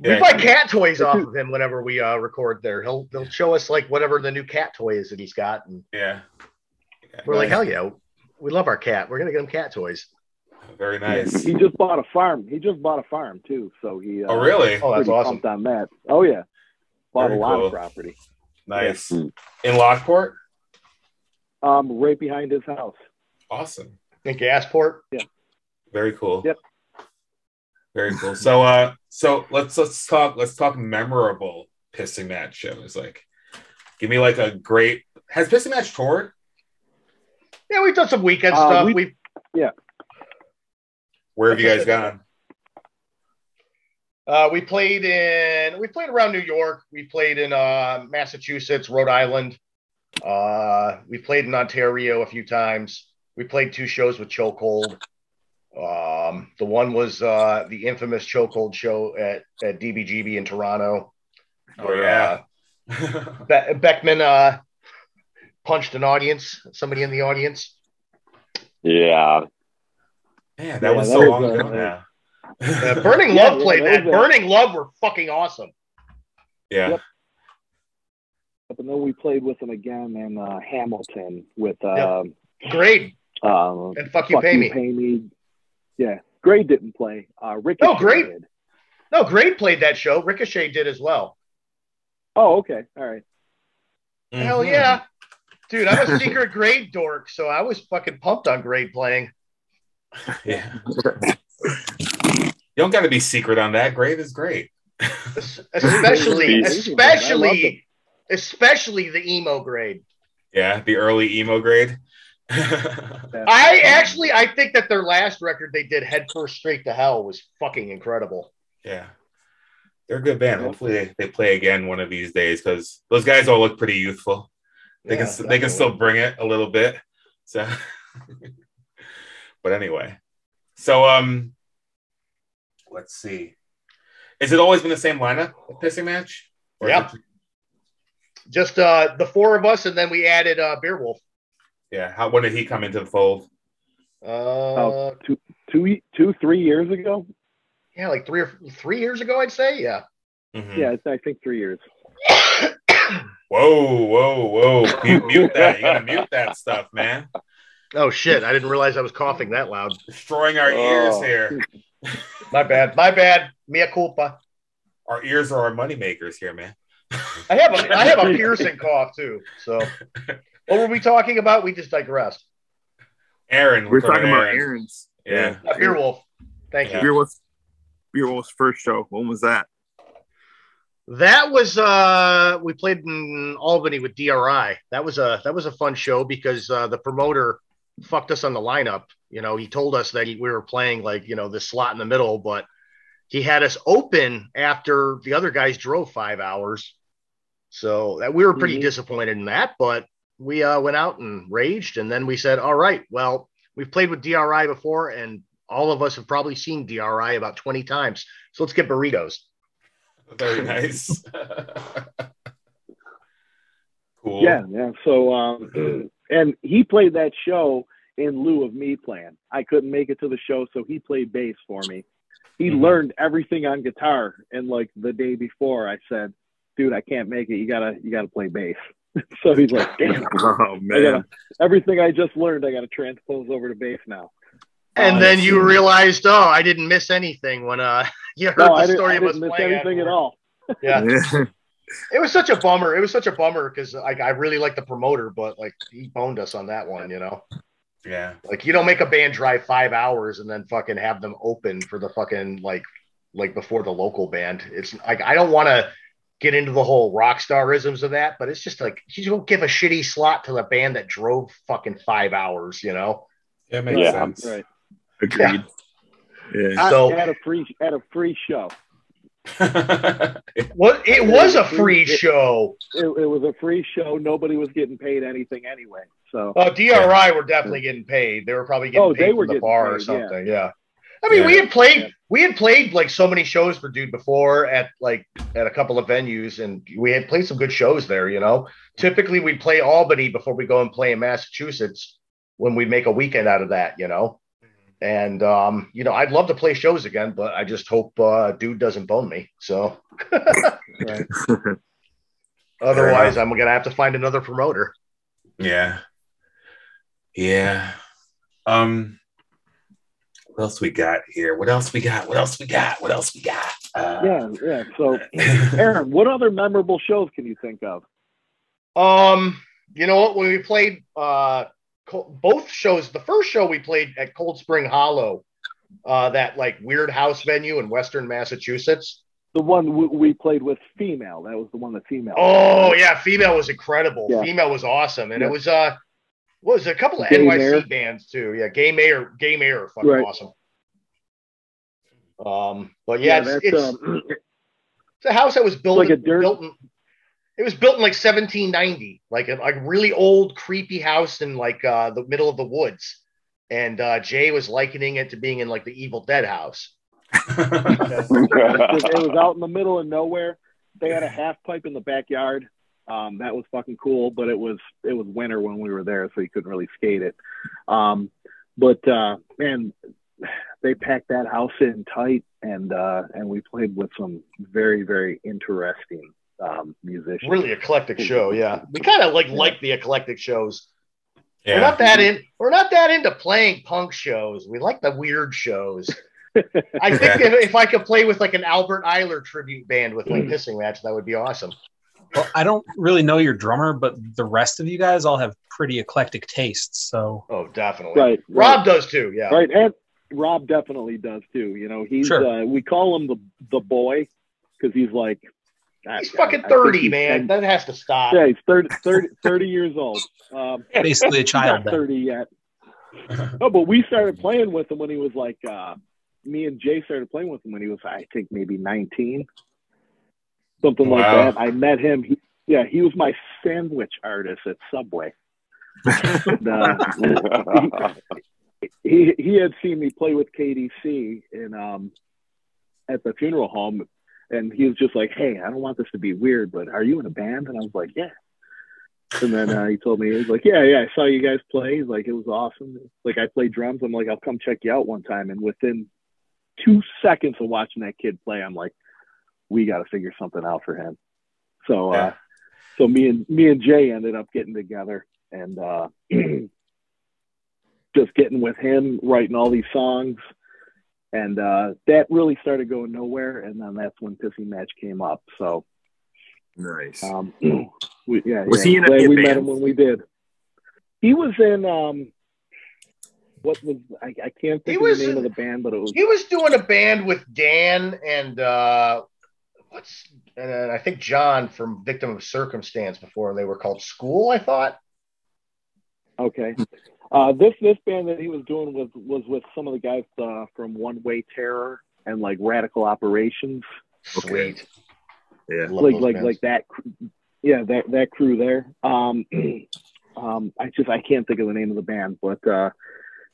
S2: We
S1: Yeah.
S2: buy cat toys off of him whenever we uh, record there. He'll he'll show us like whatever the new cat toy is that he's got, and
S1: Yeah.
S2: we're like, hell yeah, we love our cat. We're gonna get him cat toys.
S1: Very nice.
S7: He just bought a farm. He just bought a farm too, so he. Uh,
S1: Oh, really?
S2: Oh, that's
S7: pretty
S2: awesome.
S7: pumped on that. Oh yeah, bought
S1: Very
S7: a lot
S1: cool.
S7: of property.
S1: Nice.
S3: Yeah.
S1: In Lockport?
S7: Um, right behind his house.
S1: Awesome.
S2: In Gasport,
S1: Very cool.
S7: Yep.
S1: Very cool. So uh so let's let's talk let's talk memorable pissing match shows. Like give me like a great Has Pissing Match toured?
S2: Yeah, we've done some weekend
S7: Uh,
S2: stuff.
S7: we-
S2: We've
S1: Where have you guys gone?
S2: Uh, we played in we played around New York. We played in uh, Massachusetts, Rhode Island. Uh, we played in Ontario a few times. We played two shows with Chokehold. Um, the one was uh, the infamous Chokehold show at, at DBGB in Toronto.
S1: Oh,
S2: where,
S1: yeah.
S2: uh, Be- Beckman uh, punched an audience, somebody in the audience.
S3: Yeah.
S1: Man, that
S7: Yeah,
S1: was
S7: that
S1: so
S7: was,
S1: long
S7: uh,
S1: ago now.
S2: Uh, Burning
S7: Yeah,
S2: Love
S7: yeah,
S2: played
S7: that
S2: that.
S7: was a-
S2: Burning Love were fucking awesome.
S1: yeah.
S7: Yep. And then we played with them again in uh, Hamilton with uh,
S2: Great.
S7: um,
S2: And fuck you, pay me.
S7: Yeah, Gray didn't play. Uh, Rick.
S2: Oh, Gray- No, Great played that show. Ricochet did as well.
S7: Oh, okay. All right.
S2: Hell
S1: Mhm.
S2: yeah. Dude, I'm a secret grade dork, so I was fucking pumped on grade playing.
S1: Yeah. you don't got to be secret on that. Great is great.
S2: Es- Especially,
S3: Jeez.
S7: I love
S2: especially, especially the emo grade.
S1: Yeah, the early emo grade.
S2: I actually, I think that their last record they did, Head First Straight to Hell, was fucking incredible.
S1: yeah. They're a good band. Hopefully they, they play again one of these days because those guys all look pretty youthful. They
S2: Yeah,
S1: can they
S2: definitely.
S1: can still bring it a little bit. So but anyway. So um let's see. Has it always been the same lineup at pissing match? Or is
S2: Yeah.
S1: it-
S2: Just uh, the four of us, and then we added uh, Beer Wolf.
S1: Yeah. How when did he come into the fold?
S2: Uh,
S7: Oh. Two, ye- two, three years ago.
S2: Yeah, like three or three years ago, I'd say. Yeah.
S1: Mhm.
S7: Yeah, it's, I think three years.
S1: Whoa, whoa, whoa. Mute, mute that. You gotta mute that stuff, man.
S2: Oh shit! I didn't realize I was coughing that loud.
S1: Destroying our ears
S3: Oh.
S1: here.
S2: My bad. My bad. Mia culpa.
S1: Our ears are our moneymakers here, man.
S2: I have a I have a piercing cough too. So what were we talking about? We just digressed.
S1: Aaron.
S6: We're talking about Aaron's.
S1: Yeah.
S2: Uh, Beer Wolf. Thank you.
S6: Beer Wolf's, Beer Wolf's first show. When was that?
S2: That was uh we played in Albany with DRI. That was a that was a fun show because uh the promoter fucked us on the lineup. You know, he told us that he, we were playing like, you know, this slot in the middle, but he had us open after the other guys drove 5 hours. So that we were pretty
S7: Mhm.
S2: disappointed in that, but we uh went out and raged and then we said, "All right, well, we've played with DRI before and all of us have probably seen DRI about 20 times. So let's get burritos."
S1: Very nice. cool.
S7: Yeah, yeah. So, um, and he played that show in lieu of me playing. I couldn't make it to the show, so he played bass for me. He
S1: Mhm.
S7: learned everything on guitar, and like the day before, I said, "Dude, I can't make it. You gotta, you gotta play bass." so he's like, "Damn,
S6: Oh
S7: I gotta,
S6: man,
S7: everything I just learned, I gotta transpose over to bass now."
S2: And
S6: Oh,
S2: then
S6: I
S2: you
S6: see.
S2: realized, oh, I didn't miss anything when uh you heard
S7: No,
S2: the
S7: I didn't,
S2: story
S7: I
S2: of us
S7: didn't miss
S2: playing
S7: anything at
S2: afterward.
S7: all.
S2: Yeah, it was such a bummer. It was such a bummer because like I really like the promoter, but like he boned us on that one. You know,
S1: Yeah.
S2: like you don't make a band drive five hours and then fucking have them open for the fucking like like before the local band. It's like I don't want to get into the whole rock starisms of that, but it's just like you don't give a shitty slot to the band that drove fucking five hours. You know,
S1: Yeah, it makes
S3: Yeah.
S1: sense.
S7: Right.
S6: agreed. Yeah.
S2: so
S7: at a free at a free show.
S2: what it was a free show.
S7: It, it was a free show. Nobody was getting paid anything anyway. So
S2: Oh, DRI were definitely getting paid. They were probably getting
S7: Oh,
S2: paid
S7: they were
S2: from the
S7: getting
S2: bar or
S7: paid, yeah.
S2: something. Yeah. I mean,
S1: Yeah.
S2: we had played
S7: Yeah.
S2: we had played like so many shows for Dude before at like at a couple of venues, and we had played some good shows there. You know, typically we'd play Albany before we go and play in Massachusetts when we make a weekend out of that. You know, and um, you know, I'd love to play shows again, but I just hope uh, Dude doesn't bone me. So
S7: right.
S2: otherwise, I'm gonna have to find another promoter.
S1: Yeah. Yeah. Um what else we got here? What else we got? What else we got? What else we got? Uh,
S7: yeah, yeah. So Aaron, what other memorable shows can you think of?
S2: Um, you know what? When we played uh Col- both shows, the first show we played at Cold Spring Hollow, uh, that like weird house venue in Western Massachusetts.
S7: the one w- we played with female. That was the one that female.
S2: Oh yeah, female was incredible.
S7: Yeah.
S2: Female was awesome, and
S7: Yeah.
S2: it was uh, what was it, a couple of
S7: Gay
S2: NYC
S7: Mayor.
S2: bands too. Yeah, Gay Mayor, Gay Mayor, fucking
S7: Right.
S2: awesome. Um, but yeah, it's,
S7: that's,
S2: it's,
S7: um,
S2: it's a house that was built
S7: like a
S2: in-
S7: dirt-
S2: built in, it was built in like 1790, like a like really old, creepy house in like uh, the middle of the woods. And uh, Jay was likening it to being in like the Evil Dead house.
S7: it was out in the middle of nowhere. They had a half pipe in the backyard. Um, that was fucking cool, but it was it was winter when we were there, so you couldn't really skate it. Um, but uh, man, they packed that house in tight, and uh, and we played with some very very interesting um, musicians.
S2: Really eclectic show, yeah. We kind of like like the eclectic shows. We're
S1: yeah.
S2: not that in. We're not that into playing punk shows. We like the weird shows. I think if, if I could play with like an Albert Eiler tribute band with
S7: Mm.
S2: like pissing match, that would be awesome.
S4: Well, I don't really know your drummer, but the rest of you guys all have pretty eclectic tastes. So
S2: Oh, definitely.
S7: Right, right.
S2: Rob does too. Yeah.
S7: Right, and Rob definitely does too. You know, he's
S4: Sure.
S7: uh, we call him the the boy because he's like I-
S2: He's
S7: I- I
S2: fucking
S7: think
S2: thirty,
S7: he's
S2: man.
S7: 10
S2: That has to stop.
S7: yeah, he's 30, 30, 30 years old. Um,
S4: basically a
S7: he's not
S4: child. Then.
S7: thirty yet. No, but we started playing with him when he was like. Uh, me and Jay started playing with him when he was, I think, maybe nineteen, something
S1: Wow.
S7: like that. I met him. He, yeah, he was my sandwich artist at Subway. and, uh, he he had seen me play with KDC in um at the funeral home, and he was just like, "Hey, I don't want this to be weird, but are you in a band?" And I was like, "Yeah." And then uh, he told me he was like, "Yeah, yeah, I saw you guys play. He's like, it was awesome. Like I played drums. I'm like, I'll come check you out one time." And within two seconds of watching that kid play, I'm like, "We got to figure something out for him." So, uh,
S1: Yeah.
S7: so me and me and Jay ended up getting together and uh, just getting with him, writing all these songs, and uh, that really started going nowhere. And then that's when Pissy Match came up. So,
S6: Nice.
S7: um, we, yeah,
S6: Was
S7: yeah,
S6: he in
S7: glad
S6: any
S7: we met
S6: bands?
S7: him when we did. He was in um, what was I, I can't think
S2: He
S7: of
S2: was
S7: the name
S2: in-
S7: of the band, but it was
S2: He was doing a band with Dan and uh, what's and I think John from Victim of Circumstance before they were called School. I thought.
S7: Okay. Uh, this this band that he was doing was was with some of the guys uh, from One Way Terror and like Radical Operations,
S2: Sweet.
S6: Yeah.
S2: Love
S7: like
S2: those
S7: like
S2: bands.
S7: like that. cr- Yeah, that that crew there. Um, um, I just I can't think of the name of the band, but uh,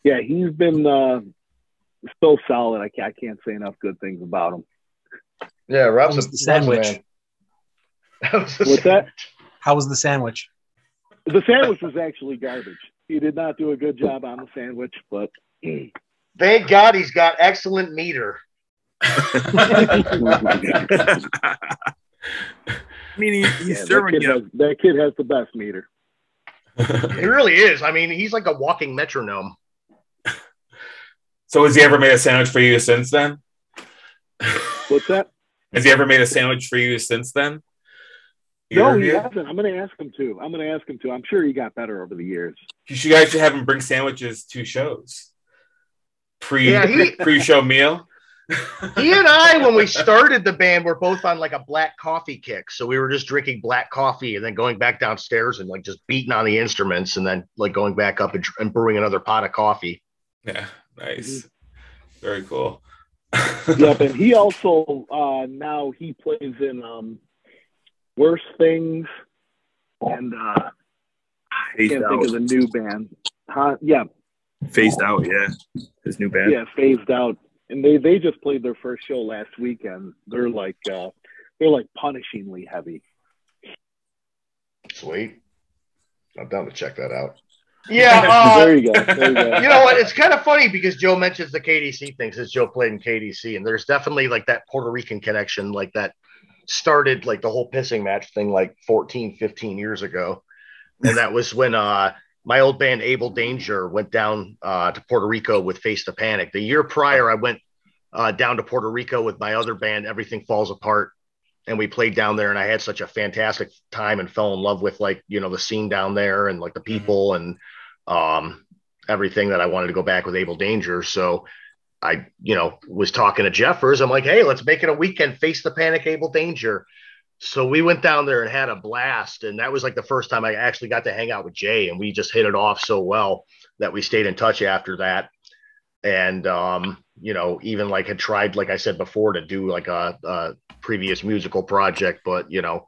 S7: yeah, he's been uh, so solid. I can't, I can't say enough good things about him.
S2: Yeah, Rob's a
S4: What's the sandwich?
S2: Rob's a man. That was the
S7: What's that?
S4: How was the sandwich?
S7: The sandwich was actually garbage. He did not do a good job on the sandwich, but
S2: Thank God he's got excellent meter.
S6: I mean, he, he's
S7: yeah, that,
S6: serving
S7: kid
S6: you.
S7: has, that kid has the best meter.
S2: He really is. I mean, he's like a walking metronome.
S1: so has he ever made a sandwich for you since then?
S7: What's that?
S1: Has he ever made a sandwich for you since then?
S7: No,
S1: Either of
S7: he
S1: you?
S7: hasn't. I'm going to ask him to. I'm going to ask him to. I'm sure he got better over the years.
S1: You should- you guys should have him bring sandwiches to shows. Pre
S2: Yeah, he-
S1: pre show meal.
S2: He and I, when we started the band, were both on like a black coffee kick. So we were just drinking black coffee and then going back downstairs and like just beating on the instruments and then like going back up and, and brewing another pot of coffee.
S1: Yeah, nice. Very cool.
S7: yep, and he also uh, now he plays in um, Worse Things, and uh,
S6: Phased
S7: can't
S6: out.
S7: think of the new band. Huh? Yeah,
S6: Phased out. Yeah. His new band.
S7: yeah, phased out. And they they just played their first show last weekend. They're like uh, they're like punishingly heavy.
S2: Sweet. I'm down to check that out. Yeah. Uh,
S7: there you go. There you go.
S2: you know what? It's kind of funny because Joe mentions the KDC thing since Joe played in KDC, and there's definitely like that Puerto Rican connection, like that started like the whole pissing match thing like 14, 15 years ago. And that was when uh, my old band Able Danger went down uh, to Puerto Rico with Face the Panic. The year prior, I went uh, down to Puerto Rico with my other band, Everything Falls Apart. And we played down there, and I had such a fantastic time and fell in love with like, you know, the scene down there and like the people and um, everything that I wanted to go back with Able Danger. So I, you know, was talking to Jeffers. I'm like, hey, let's make it a weekend, face the panic, able danger. So we went down there and had a blast. And that was like the first time I actually got to hang out with Jay. And we just hit it off so well that we stayed in touch after that. And, um, you know, even like had tried, like I said before, to do like a, a previous musical project, but, you know,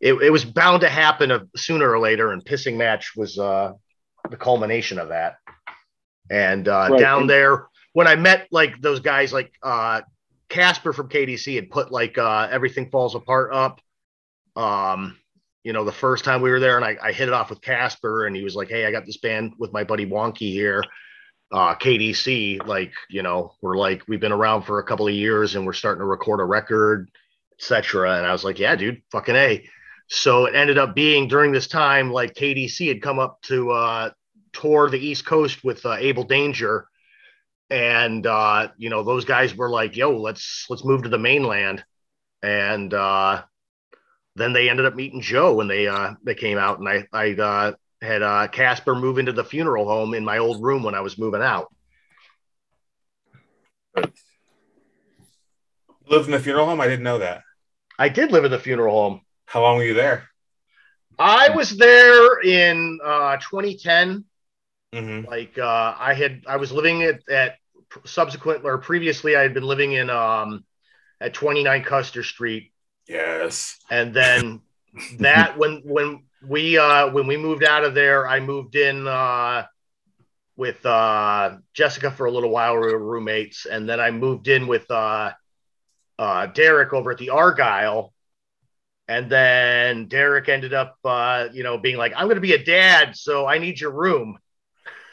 S2: it, it was bound to happen uh, sooner or later. And Pissing Match was uh, the culmination of that. And uh,
S7: Right.
S2: down there, when I met like those guys, like uh, Casper from KDC had put like uh, Everything Falls Apart up. Um, you know, the first time we were there, and I, I hit it off with Casper, and he was like, "Hey, I got this band with my buddy Wonky here, uh, KDC. Like, you know, we're like we've been around for a couple of years, and we're starting to record a record, etc." And I was like, "Yeah, dude, fucking a." So it ended up being during this time, like KDC had come up to uh, tour the East Coast with uh, Abel Danger, and uh, you know those guys were like, "Yo, let's let's move to the mainland," and uh, then they ended up meeting Joe when they uh, they came out, and I I uh, had uh, Casper move into the funeral home in my old room when I was moving out.
S8: You lived in the funeral home? I didn't know that.
S2: I did live in the funeral home.
S8: How long were you there?
S2: I was there in uh, 2010
S8: Mm-hmm.
S2: like uh, I had I was living at, at subsequent or previously I had been living in um, at 29 Custer Street
S8: Yes.
S2: and then that when when we uh, when we moved out of there I moved in uh, with uh, Jessica for a little while we were roommates and then I moved in with uh, uh, Derek over at the Argyle and then Derek ended up uh, you know being like I'm gonna be a dad so I need your room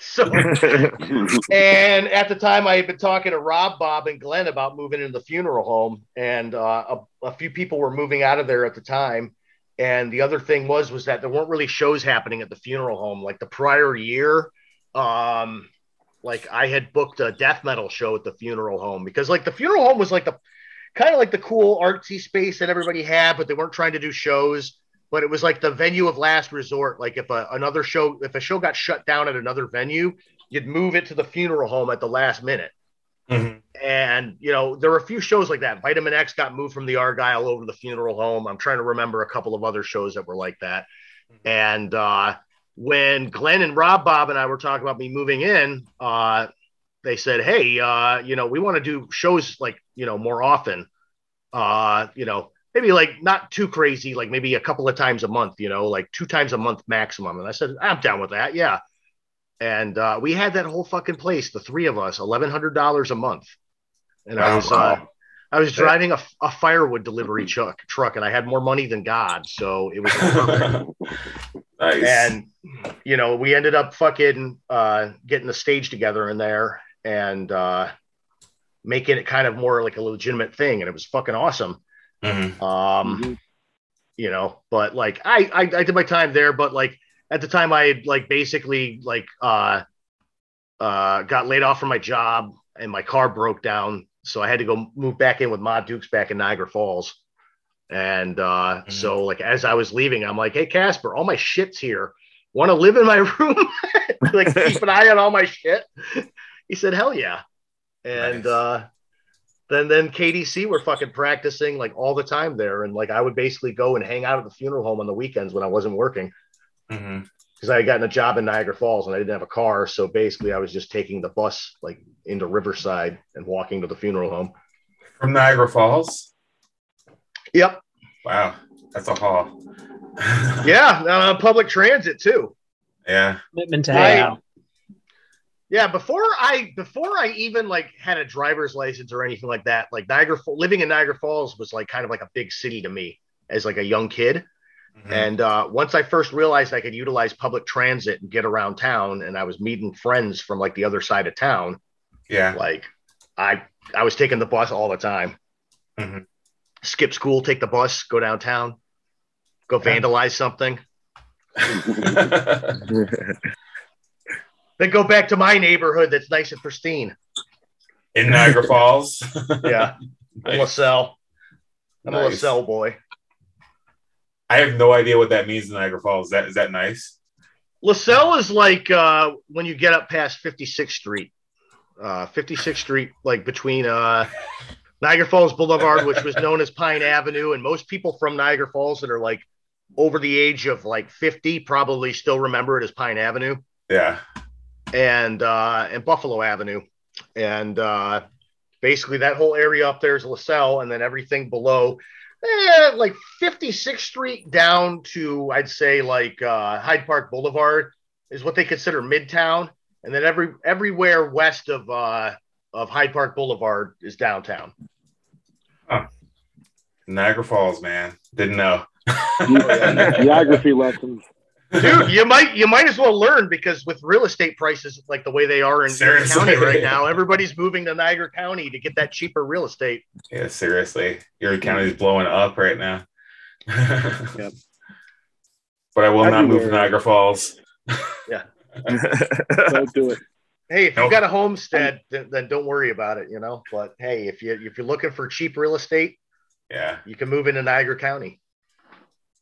S2: so
S1: Eh.
S2: and at the time, I had been talking to Rob, Bob, and Glenn about moving into the funeral home, and uh, a, a few people were moving out of there at the time. And the other thing was was that there weren't really shows happening at the funeral home. Like the prior year, um, like I had booked a death metal show at the funeral home because like the funeral home was like the kind of like the cool artsy space that everybody had, but they weren't trying to do shows. But it was like the venue of last resort. Like if a, another show, if a show got shut down at another venue, you'd move it to the funeral home at the last minute.
S8: Mhm.
S2: And you know, there were a few shows like that. Vitamin X got moved from the Argyle over to the funeral home. I'm trying to remember a couple of other shows that were like that. And uh, when Glenn and Rob Bob and I were talking about me moving in, uh, they said, "Hey, uh, you know, we want to do shows like you know more often. Uh, you know, maybe like not too crazy, like maybe a couple of times a month. You know, like two times a month maximum." And I said, "I'm down with that. Yeah." and uh, we had that whole fucking place, the three of us, eleven hundred dollars a month. And I
S1: Wow.
S2: was, uh, I was driving a, a firewood delivery truck, truck, and I had more money than God, so it was. perfect.
S1: nice.
S2: and you know, we ended up fucking uh, getting the stage together in there and uh, making it kind of more like a legitimate thing, and it was fucking awesome.
S8: Mhm.
S2: Um, you know but like I, I i did my time there but like at the time i had like basically like uh uh got laid off from my job and my car broke down so i had to go move back in with ma dukes back in niagara falls and uh
S8: Mhm.
S2: so like as i was leaving i'm like hey casper all my shit's here want to live in my room like keep an eye on all my shit he said hell yeah
S8: Nice.
S2: and uh then then KDC were fucking practicing like all the time there, and like I would basically go and hang out at the funeral home on the weekends when I wasn't working
S8: Mhm.
S2: because I had gotten a job in Niagara Falls and I didn't have a car, so basically I was just taking the bus like into Riverside and walking to the funeral home.
S8: From Niagara Falls.
S2: Yep,
S8: Wow, that's a haul.
S2: yeah, uh, public transit too.
S8: yeah.
S4: Commitment to
S2: Right.
S4: hang out.
S2: Yeah, before I before I even like had a driver's license or anything like that, like Niagara Fa- living in Niagara Falls was like kind of like a big city to me as like a young kid.
S1: Mm-hmm.
S8: Mhm.
S2: And uh, once I first realized I could utilize public transit and get around town, and I was meeting friends from like the other side of town,
S8: Yeah.
S2: like I I was taking the bus all the time.
S8: Mhm.
S2: Skip school, take the bus, go downtown, go
S8: Yeah.
S2: vandalize something, then go back to my neighborhood that's nice and pristine.
S8: In Niagara Falls.
S2: Yeah, I'm a
S8: Nice.
S2: LaSalle. I'm a
S8: Nice.
S2: LaSalle boy.
S8: I have no idea what that means in Niagara Falls. Is that is that nice?
S2: LaSalle is like uh, when you get up past 56th Street. uh, 56th Street, like between uh, Niagara Falls Boulevard, which was known as Pine Avenue, and most people from Niagara Falls that are like over the age of like 50 probably still remember it as Pine Avenue
S1: Yeah.
S2: and uh, and Buffalo Avenue, and uh, basically that whole area up there is LaSalle, and then everything below, eh, like 56th Street down to I'd say like uh, Hyde Park Boulevard is what they consider Midtown, and then every everywhere west of uh, of Hyde Park Boulevard is downtown.
S1: Niagara Falls, man. Didn't know.
S7: Geography lessons.
S2: Dude, you might you might as well learn because with real estate prices like the way they are in Niagara
S1: Seriously.
S2: County right now, everybody's moving to Niagara County to get that cheaper real estate.
S1: Yeah, seriously. Your county's blowing up right now. But I will not move to
S7: Everywhere.
S1: Niagara Falls.
S7: Don't do it.
S2: Hey, if
S1: Nope.
S2: you've got a homestead, then, then don't worry about it, you know. But hey, if you if you're looking for cheap real estate,
S1: Yeah,
S2: you can move into Niagara County.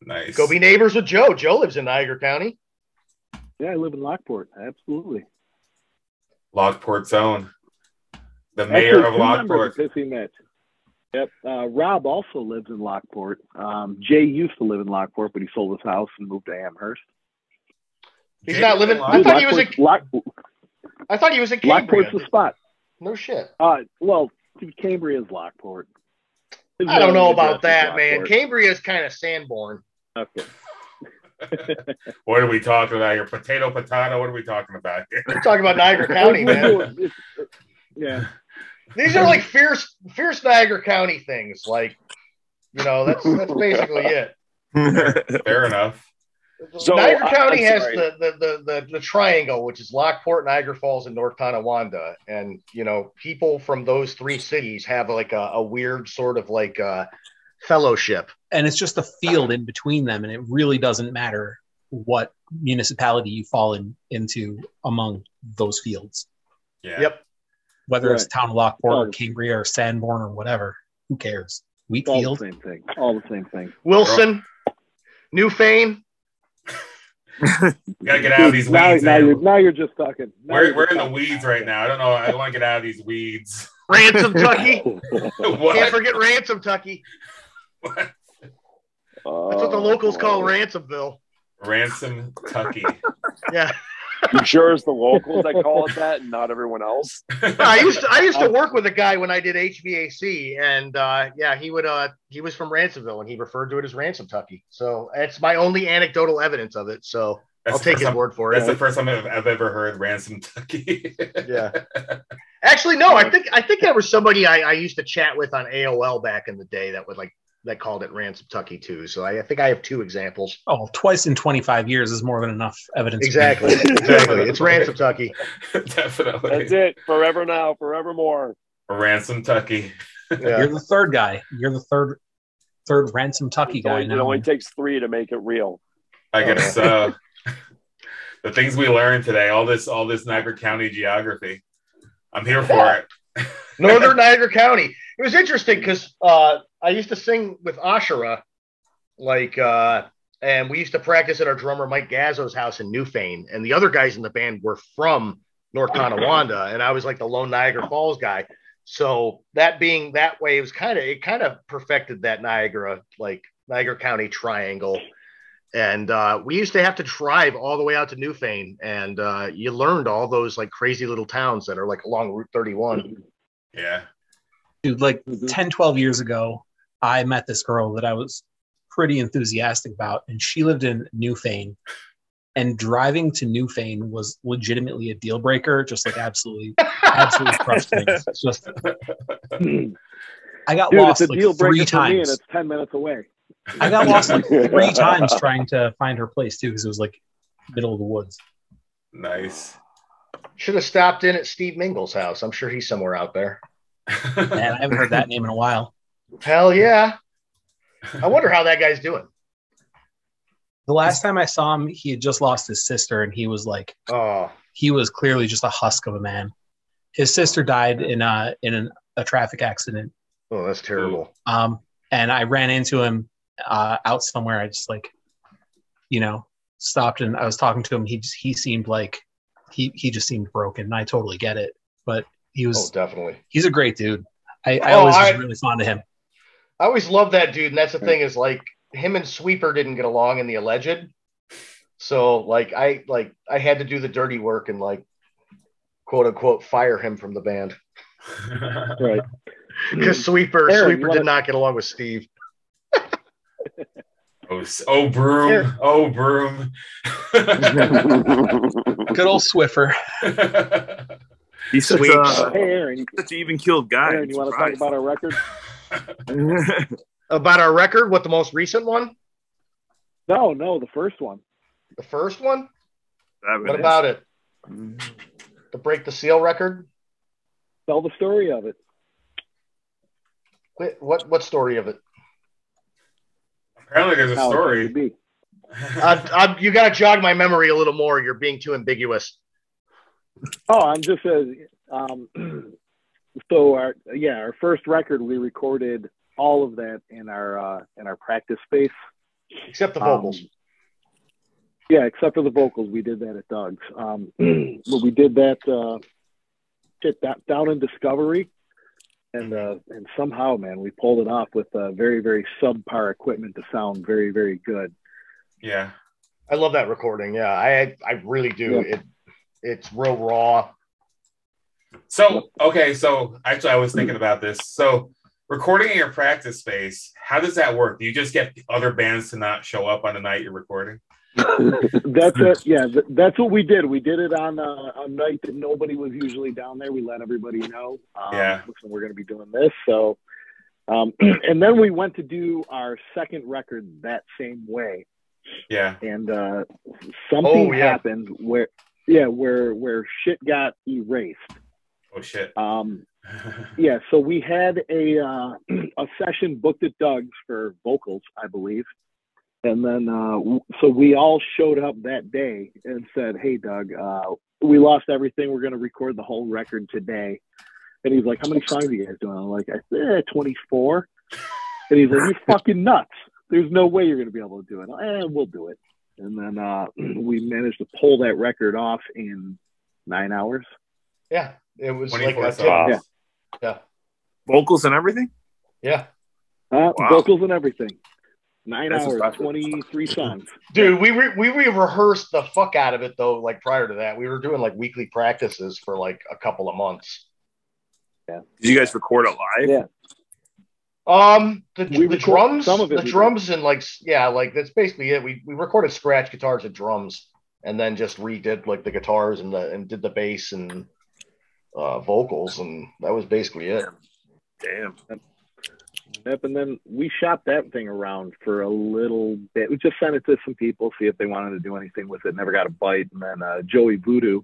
S1: nice.
S2: Go be neighbors with Joe. Joe lives in Niagara County.
S7: Yeah, I live in Lockport. Absolutely.
S1: Lockport Zone. The mayor
S7: Actually,
S1: of
S7: two members
S1: Lockport.
S7: of Pissy Mitch. Yep. Uh, Rob also lives in Lockport. Um, Jay used to live in Lockport, but he sold his house and moved to Amherst.
S2: He's
S1: Jake
S2: not living.
S1: lives in
S2: I thought he was a.
S7: Lockport's- Lock,
S2: I thought he was a Cambria.
S7: Lockport's the spot.
S2: No shit.
S7: Uh, well, Cambria is Lockport.
S2: I don't know about
S7: There's
S2: that,
S7: no
S2: man.
S7: address
S2: Cambria is kind of Sanborn.
S7: in Lockport. Okay.
S1: What are we talking about here? Potato, potato. What are we talking about here?
S2: We're talking about Niagara County, man.
S7: uh, Yeah.
S2: These are like fierce, fierce Niagara County things. Like, you know, that's that's basically it.
S1: Fair enough.
S3: So,
S2: Niagara
S3: I-
S2: County
S3: I'm
S2: has
S3: sorry.
S2: the, the, the, the, the triangle, which is Lockport, Niagara Falls, and North Tonawanda. And, you know, people from those three cities have like a, a weird sort of like uh, fellowship.
S4: and it's just a field in between them, and it really doesn't matter what municipality you fall in, into among those fields,
S1: Yeah.
S2: Yep.
S4: whether it's
S7: Right.
S4: town of Lockport or
S7: Oh.
S4: Cambria or Sanborn or whatever. Who cares? Weak
S7: All
S4: field.
S7: the same thing. All the same thing.
S2: Wilson, Newfane.
S1: Gotta get out of these
S7: now,
S1: weeds.
S7: Now
S1: man.
S7: you're, now you're just talking. Now
S1: We're,
S7: you're
S1: we're
S7: just
S1: in the
S7: talking.
S1: weeds right now. I don't know. I want to get out of these weeds.
S2: Ransom Tucky. Can't
S1: what?
S2: forget Ransom Tucky. That's what the
S1: Oh.
S2: locals call
S3: Oh.
S2: Ransomville.
S1: Ransom Tucky.
S2: Yeah.
S3: You sure it's the locals that call it that and not everyone else?
S2: I used to, I used to work with a guy when I did HVAC, and uh, yeah, he would uh, he was from Ransomville, and he referred to it as Ransom Tucky. So that's my only anecdotal evidence of it. So
S1: That's
S2: I'll
S1: the
S2: take
S1: first
S2: his
S1: time-
S2: word for
S1: That's
S2: it.
S1: the first time I've, I've ever heard Ransom Tucky.
S2: yeah. Actually, no, I think I think there was somebody I, I used to chat with on AOL back in the day that would like that called it Ransom Tucky too. So I, I think I have two examples.
S4: Oh, twice in 25 years is more than enough evidence.
S2: Exactly. exactly. It's Ransom Tucky.
S1: Definitely.
S3: That's it. Forever now, forevermore.
S1: Ransom Tucky.
S2: Yeah.
S4: You're the third guy. You're the third third ransom Tucky
S3: It
S4: guy
S3: only, it
S4: now.
S3: only takes three to make it real.
S1: I
S2: Oh,
S1: guess so. the things we learned today, all this, all this Niagara County geography. I'm here for it.
S2: Northern Niagara County. It was interesting because uh, I used to sing with Ashera, like, uh, and we used to practice at our drummer Mike Gazzo's house in Newfane, and the other guys in the band were from North Tonawanda, and I was like the lone Niagara Falls guy. So that being that way, it was kind of it kind of perfected that Niagara like Niagara County triangle. And uh, we used to have to drive all the way out to Newfane, and uh, you learned all those like crazy little towns that are like along Route 31.
S1: Yeah.
S4: Dude, like
S7: Mhm.
S4: 10 12 years ago i met this girl that i was pretty enthusiastic about and she lived in newfane and driving to newfane was legitimately a deal breaker just like absolutely absolutely crushed things It's just
S7: Dude,
S4: i got
S7: it's
S4: lost
S7: a
S4: like
S7: deal
S4: three
S7: breaker for me, and
S4: times
S7: it's ten minutes away.
S4: i got lost like three times trying to find her place too because it was like middle of the woods
S1: Nice.
S2: Should have stopped in at Steve Mingle's house. I'm sure he's somewhere out there.
S4: man i haven't heard that name in a while
S2: Hell yeah. I wonder how that guy's doing.
S4: the last time i saw him he had just lost his sister and he was like
S2: Oh,
S4: he was clearly just a husk of a man. His sister died in a in an, a traffic accident,
S2: oh that's terrible.
S4: um, and I ran into him uh, out somewhere. I just like, you know, stopped and I was talking to him. He just, he seemed like he he just seemed broken, and I totally get it. But He
S2: Oh,
S4: was
S2: definitely.
S4: he's a great dude. I, I
S2: Oh,
S4: always
S2: I-
S4: was really fond of him.
S2: I always love that dude, and that's the thing is like him and Sweeper didn't get along in the alleged. So like I like I had to do the dirty work and like quote unquote fire him from the band
S7: Right.
S2: because Sweeper
S7: Hmm. Aaron, you
S2: Sweeper
S7: wanna-
S2: did not get along with Steve.
S1: oh, s- oh, broom.
S7: Here.
S1: Oh, broom.
S4: Good old Swiffer.
S6: He's such
S2: Sweet.
S6: a,
S7: Hey, Aaron,
S6: such an even killed guy.
S7: Aaron, you want to talk about our record?
S2: About our record, what the most recent one,
S7: No, no, the first one.
S2: the first one. What about it?
S6: Mm-hmm.
S2: The break the seal record.
S7: Tell the story of it.
S2: What what, what story of it?
S1: Apparently, there's a
S7: How it came to
S1: story.
S7: be.
S2: Uh, uh, you got to jog my memory a little more. You're being too ambiguous.
S7: Oh, I'm just as um, so our yeah our first record we recorded all of that in our uh, in our practice space.
S2: Except the
S7: Um,
S2: vocals.
S7: yeah, except for the vocals, we did that at Doug's. Um, but we did that uh, shit that down in Discovery, and uh, and somehow, man, we pulled it off with uh, very very subpar equipment to sound very very good.
S1: Yeah.
S2: I love that recording. Yeah, I I really do. It it's real raw.
S1: So okay, so actually, I was thinking about this. So recording in your practice space, how does that work? Do you just get other bands to not show up on the night you're recording?
S7: That's it. Yeah, th- that's what we did. We did it on uh, a night that nobody was usually down there. We let everybody know. Um,
S1: Yeah.
S7: Listen, we're going to be doing this. So, um, and then we went to do our second record that same way.
S1: Yeah.
S7: and uh, something
S2: Oh, yeah.
S7: happened where yeah where where shit got erased
S1: Oh shit.
S7: um yeah so we had a uh, a session booked at doug's for vocals i believe and then uh, w- so we all showed up that day and said hey doug uh, we lost everything we're going to record the whole record today and he's like how many songs are you guys doing i'm like i eh, 24 and he's like you're fucking nuts there's no way you're going to be able to do it eh, we'll do it and then uh, we managed to pull that record off in nine hours
S2: Yeah, it was like
S1: 24
S2: a tip.
S3: songs.
S7: Yeah.
S2: Yeah,
S6: vocals and everything?
S2: yeah,
S7: Uh,
S6: Wow.
S7: Vocals and everything. Nine
S6: That's
S7: hours,
S6: impressive.
S7: 23 songs.
S2: dude. We re- we re- rehearsed the fuck out of it though. Like prior to that, we were doing like weekly practices for like a couple of months.
S6: Did you guys record it live?
S7: Yeah.
S2: Um, the,
S7: We
S2: the
S7: record-
S2: drums,
S7: some of it
S2: the
S7: we
S2: drums, and like s- yeah, like that's basically it. We we recorded scratch guitars and drums, and then just redid like the guitars and the and did the bass and uh, vocals, and that was basically it.
S6: Damn.
S7: Yep, and then we shopped that thing around for a little bit. We just sent it to some people, see if they wanted to do anything with it. Never got a bite. And then uh, Joey Voodoo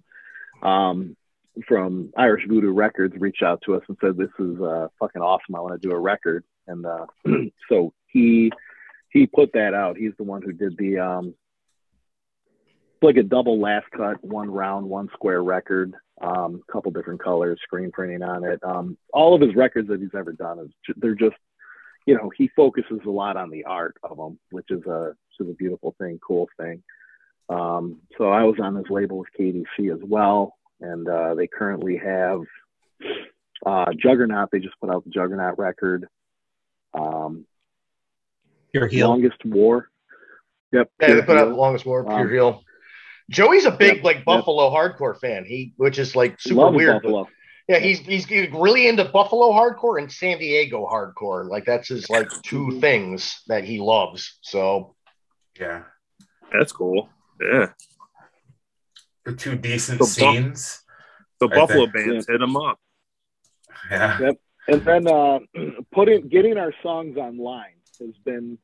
S7: um, from Irish Voodoo Records reached out to us and said, "This is uh, fucking awesome. I want to do a record." And uh, so he he put that out. He's the one who did the um, it's like a double last cut, one round, one square record. Um, couple different colors, screen printing on it. Um, all of his records that he's ever done is ju- they're just you know he focuses a lot on the art of them, which is a which is a beautiful thing, cool thing. Um, so I was on this label with KDC as well, and uh, they currently have uh, Juggernaut. They just put out the Juggernaut record. Um,
S4: Your heel.
S7: Longest War. Yep.
S2: Yeah, they
S7: Pure
S2: put out
S7: Heel.
S2: longest war,
S7: Wow.
S2: pure heel. Joey's a big
S7: Yep,
S2: like
S7: yep.
S2: Buffalo hardcore fan. He, which is like super
S7: Loves
S2: weird.
S7: Buffalo.
S2: but- yeah, he's he's really into Buffalo hardcore and San Diego hardcore. Like that's his like two things that he loves. So
S1: Yeah.
S6: That's cool. Yeah.
S1: For two decent
S6: The bump.
S1: scenes.
S6: The
S1: Right
S6: Buffalo
S7: there.
S6: bands hit him up.
S1: Yeah.
S7: and then uh, putting getting our songs online has been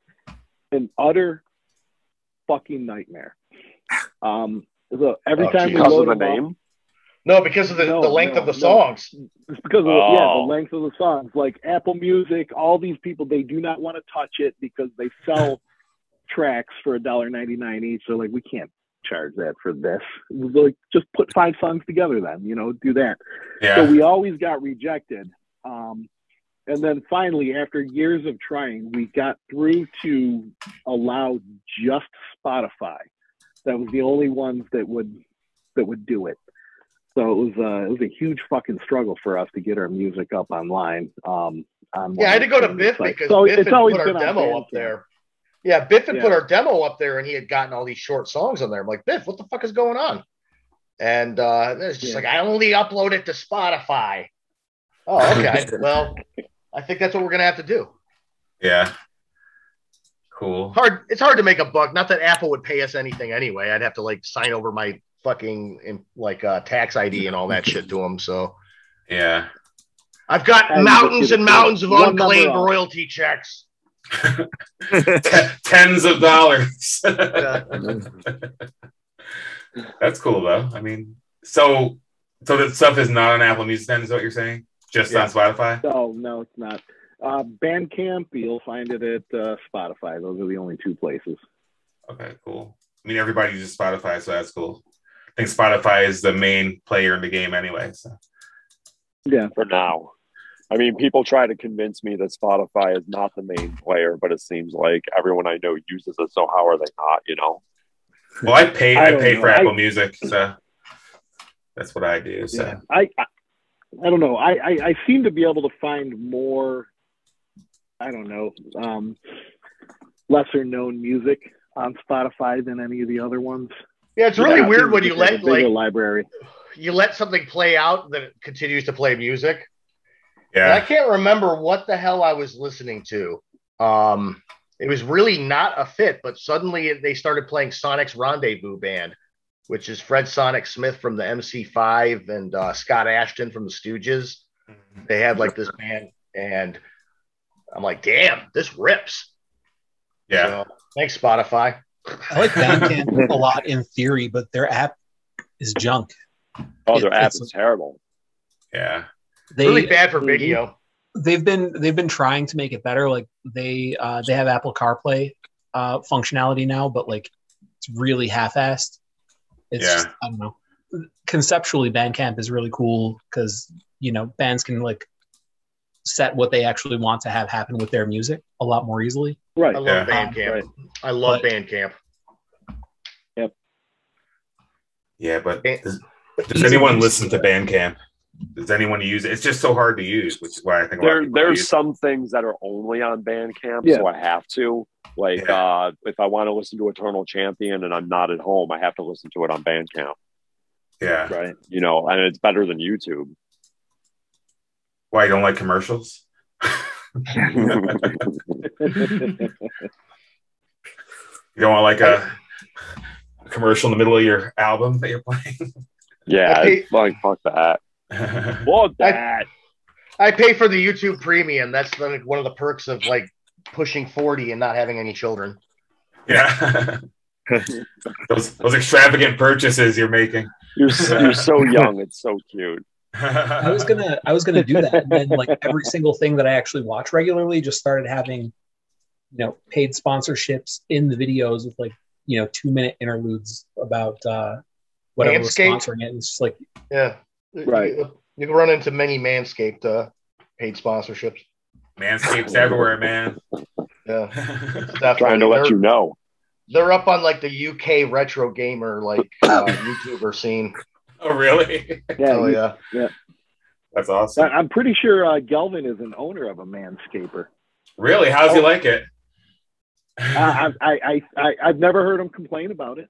S7: an utter fucking nightmare. Um, so every
S2: Oh,
S7: time we
S2: geez.
S3: because
S7: load
S3: of the
S7: them up-
S3: name.
S2: no, because of the,
S7: No,
S2: the length
S7: no,
S2: of the
S7: no.
S2: songs.
S7: It's because of the, yeah,
S3: Oh.
S7: the length of the songs. Like Apple Music, all these people they do not want to touch it because they sell tracks for a dollar ninety nine each. They're like, we can't charge that for this. It was Like, just put five songs together, then you know, do that. So
S1: Yeah.
S7: we always got rejected. Um, and then finally, after years of trying, we got through to allow just Spotify. That was the only ones that would that would do it. So it was uh, it was a huge fucking struggle for us to get our music up online. Um, online
S2: Yeah, I had to go to
S7: And
S2: Biff
S7: it's like-
S2: because
S7: so
S2: Biff had
S7: it's always
S2: put our
S7: been on
S2: demo up
S7: Bandcamp.
S2: there. Yeah, Biff had
S7: Yeah.
S2: put our demo up there, and he had gotten all these short songs on there. I'm like, Biff, what the fuck is going on? And uh, it's just
S7: Yeah.
S2: like I only upload it to Spotify. Oh, okay. well, I think that's what we're gonna have to do.
S1: Yeah. Cool.
S2: Hard. It's hard to make a buck. Not that Apple would pay us anything anyway. I'd have to like sign over my fucking in- like uh, tax ID and all that shit to them. So
S1: Yeah.
S2: I've got
S7: And you just
S2: mountains
S7: get a-
S2: and mountains of
S7: one number
S2: unclaimed
S7: off.
S2: royalty checks.
S1: T- tens of dollars.
S2: Yeah.
S1: That's cool though. I mean, so so that stuff is not on Apple Music then is what you're saying? Just on Spotify?
S7: No, no, it's not. Uh, Bandcamp, you'll find it at uh, Spotify. Those are the only two places.
S1: Okay, cool. I mean everybody uses Spotify, so that's cool. I think Spotify is the main player in the game anyway. So
S7: Yeah,
S3: for now. I mean, people try to convince me that Spotify is not the main player, but it seems like everyone I know uses it. So how are they not? You know,
S1: well I paid
S7: I
S1: I,
S7: don't
S1: paid
S7: know.
S1: for
S7: I-
S1: Apple Music, so that's what I do. So
S7: yeah. I, I, I don't know. I, I, I seem to be able to find more. I don't know, um, lesser known music on Spotify than any of the other ones.
S2: Yeah, it's really
S7: Yeah,
S2: weird
S7: seems
S2: when you
S7: like
S2: let
S7: a bigger
S2: like
S7: library.
S2: you let something play out that it continues to play music. And I
S1: yeah.
S2: can't remember what the hell I was listening to. Um, it was really not a fit, but suddenly they started playing Sonic's Rendezvous Band, which is Fred Sonic Smith from the MC5 and uh, Scott Ashton from the Stooges. They had like this band, and I'm like, damn, this rips.
S1: Yeah.
S2: So, thanks, Spotify.
S4: I like Bandcamp a lot in theory, but their app is junk.
S3: oh, their
S4: It-
S3: app
S4: it's-
S3: is terrible.
S1: Yeah.
S4: They
S2: really bad for
S7: Mhm.
S2: video.
S4: they've been they've been trying to make it better. Like they uh, they have Apple CarPlay uh, functionality now, but like it's really half-assed. It's
S1: Yeah.
S4: just, I don't know. Conceptually, Bandcamp is really cool because you know bands can like set what they actually want to have happen with their music a lot more easily.
S2: I
S7: Right.
S2: love
S1: Yeah.
S2: Bandcamp.
S7: Right.
S2: I love
S4: But-
S2: Bandcamp.
S1: Yeah, but
S2: Ban-
S1: does,
S4: But
S1: does
S4: easy
S1: anyone
S4: use-
S1: listen to Bandcamp? Does anyone use it? It's just so hard to use, which is why I think a lot of
S3: There,
S1: people
S3: there's
S1: use it.
S3: some things that are only on Bandcamp,
S7: Yeah.
S3: so I have to. Like,
S1: Yeah.
S3: uh, if I want to listen to Eternal Champion and I'm not at home, I have to listen to it on Bandcamp,
S1: yeah.
S3: right? You know, and it's better than YouTube.
S1: Why you don't like commercials? You don't want like a, a commercial in the middle of your album that you're playing.
S3: yeah,
S2: Okay.
S3: it's like fuck that. Fuck that.
S2: I pay for the YouTube Premium. That's the, one of the perks of like pushing forty and not having any children.
S1: yeah. those those extravagant purchases you're making.
S3: You're s- you're so young. It's so cute.
S4: I was gonna I was gonna do that, and then like every single thing that I actually watch regularly just started having, you know, paid sponsorships in the videos with like you know two minute interludes about uh, whatever was
S2: Manscaped?
S4: sponsoring it. And it's just like
S2: Yeah,
S7: Right.
S2: You, you can run into many Manscaped uh, paid sponsorships.
S1: Manscapes everywhere, man.
S2: Yeah,
S3: Trying to let
S2: they're,
S3: you know.
S2: They're up on like the UK retro gamer like uh, YouTuber scene.
S1: oh really?
S7: Yeah,
S2: Oh
S7: you-
S2: yeah,
S1: That's
S7: I-
S1: awesome.
S7: I'm pretty sure uh, Gelvin is an owner of a manscaper.
S1: Really? How's he like it?
S3: Uh,
S7: I, I, I, I, I've never heard him complain about it,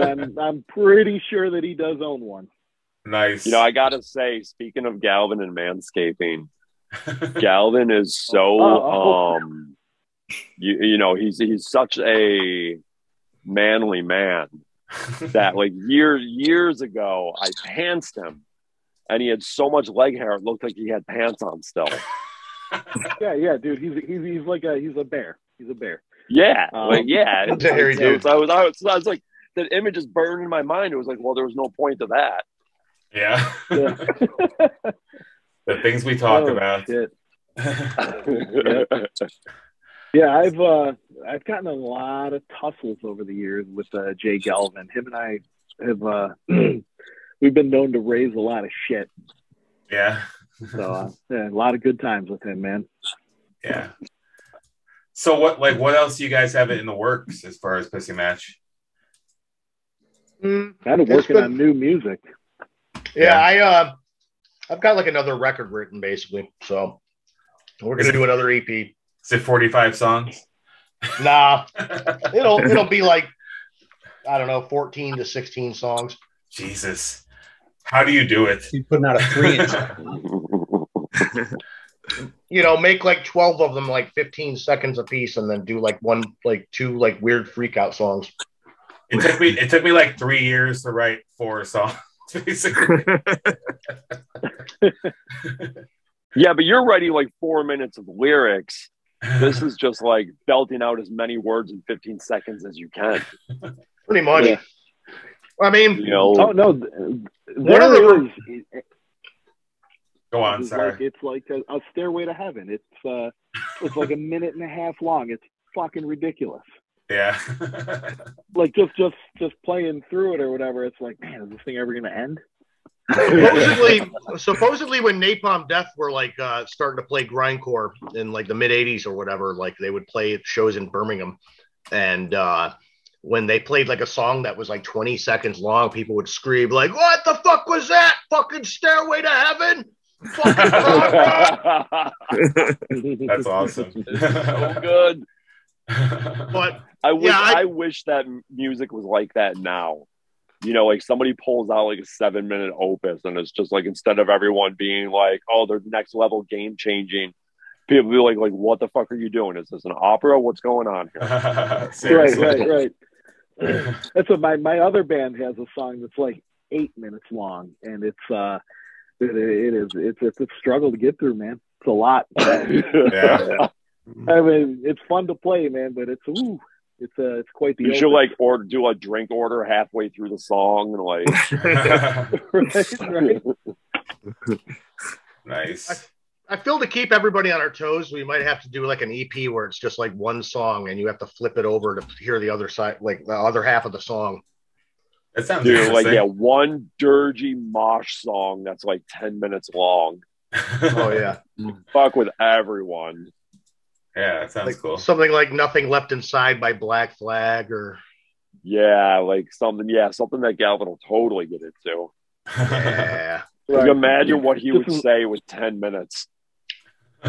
S7: I'm, I'm pretty sure that he does own one.
S1: nice.
S3: You know, I gotta say, speaking of Galvin and manscaping, Galvin is so
S7: Oh.
S3: um, you, you know, he's he's such a manly man that like years years ago, I pantsed him, and he had so much leg hair, it looked like he had pants on still.
S7: Yeah, yeah, dude. He's, he's, he's like a, he's a bear. He's a bear.
S3: Yeah,
S7: Um,
S3: like yeah,
S2: That's a hairy
S3: So
S2: dude.
S3: I was, I was, I was like, that image is burned in my mind. It was like, well, there was no point to that.
S1: yeah.
S7: Yeah.
S1: the things we talk
S7: Oh,
S1: about.
S7: shit. Yeah, I've, uh, I've gotten a lot of tussles over the years with uh, Jay Galvin. Him and I have, uh, we've been known to raise a lot of shit.
S1: yeah.
S7: So uh, yeah, a lot of good times with him, man.
S1: Yeah. So what like what else do you guys have in the works as far as pissy match?
S2: Mm,
S7: Kind of
S2: It's
S7: working
S2: been-
S7: on new music.
S2: Yeah, I uh, I've got like another record written basically, so we're gonna do another E EP.
S1: Is it 45 songs?
S2: Nah, it'll it'll be like I don't know, fourteen to sixteen songs.
S1: Jesus. How do you do it?
S4: He's putting out a three inch.
S2: You know, make like twelve of them, like fifteen seconds a piece, and then do like one, like two, like weird freak out songs.
S1: It took me it took me like three years to write four songs, basically.
S3: Yeah, but you're writing like four minutes of lyrics. This is just like belting out as many words in 15 seconds as you can.
S2: Pretty much.
S3: Yeah.
S2: I mean,
S3: You know,
S7: Oh no, th-
S2: One
S7: there
S2: of the-
S7: is- it-
S1: Go on,
S7: it's
S1: sorry.
S7: like it's like a, a stairway to heaven. It's uh, it's like a minute and a half long. It's fucking ridiculous.
S1: Yeah.
S7: Like just just just playing through it or whatever. It's like, man, is this thing ever gonna end?
S2: supposedly, supposedly when Napalm Death were like uh, starting to play grindcore in like the mid '80s or whatever, like they would play shows in Birmingham, and uh, when they played like a song that was like 20 seconds long, people would scream like, "What the fuck was that? Fucking Stairway to Heaven!" Fucking rock, rock."
S1: That's awesome.
S3: so Oh, good.
S2: But
S3: I wish
S2: Yeah, I-
S3: I... wish that m- music was like that now. You know, like somebody pulls out like a seven minute opus, and it's just like instead of everyone being like, "Oh, they're next level, game changing," people be like, "Like, what the fuck are you doing? Is this an opera? What's going on here?"
S7: right,
S1: Seriously.
S7: right, right. That's what my my other band has a song that's like eight minutes long, and it's uh, it, it is it's it's a struggle to get through, man. It's a lot.
S1: Yeah.
S7: I mean, it's fun to play, man, but it's ooh, it's uh, it's quite the.
S3: You should
S7: open.
S3: like or do a drink order halfway through the song, and like
S7: right, right.
S1: nice.
S2: I feel to keep everybody on our toes, we might have to do like an EP where it's just like one song, and you have to flip it over to hear the other side, like the other half of the song.
S1: That sounds
S3: do like yeah,
S1: interesting.
S3: one dirgy mosh song that's like ten minutes long.
S2: Oh yeah,
S3: Fuck with everyone.
S1: yeah, it sounds
S2: like
S1: cool.
S2: something like "Nothing Left Inside" by Black Flag, or
S3: Yeah, like something. Yeah, something that Galvin will totally get into.
S2: yeah,
S3: Like, imagine what he would
S7: This is-
S3: say with ten minutes.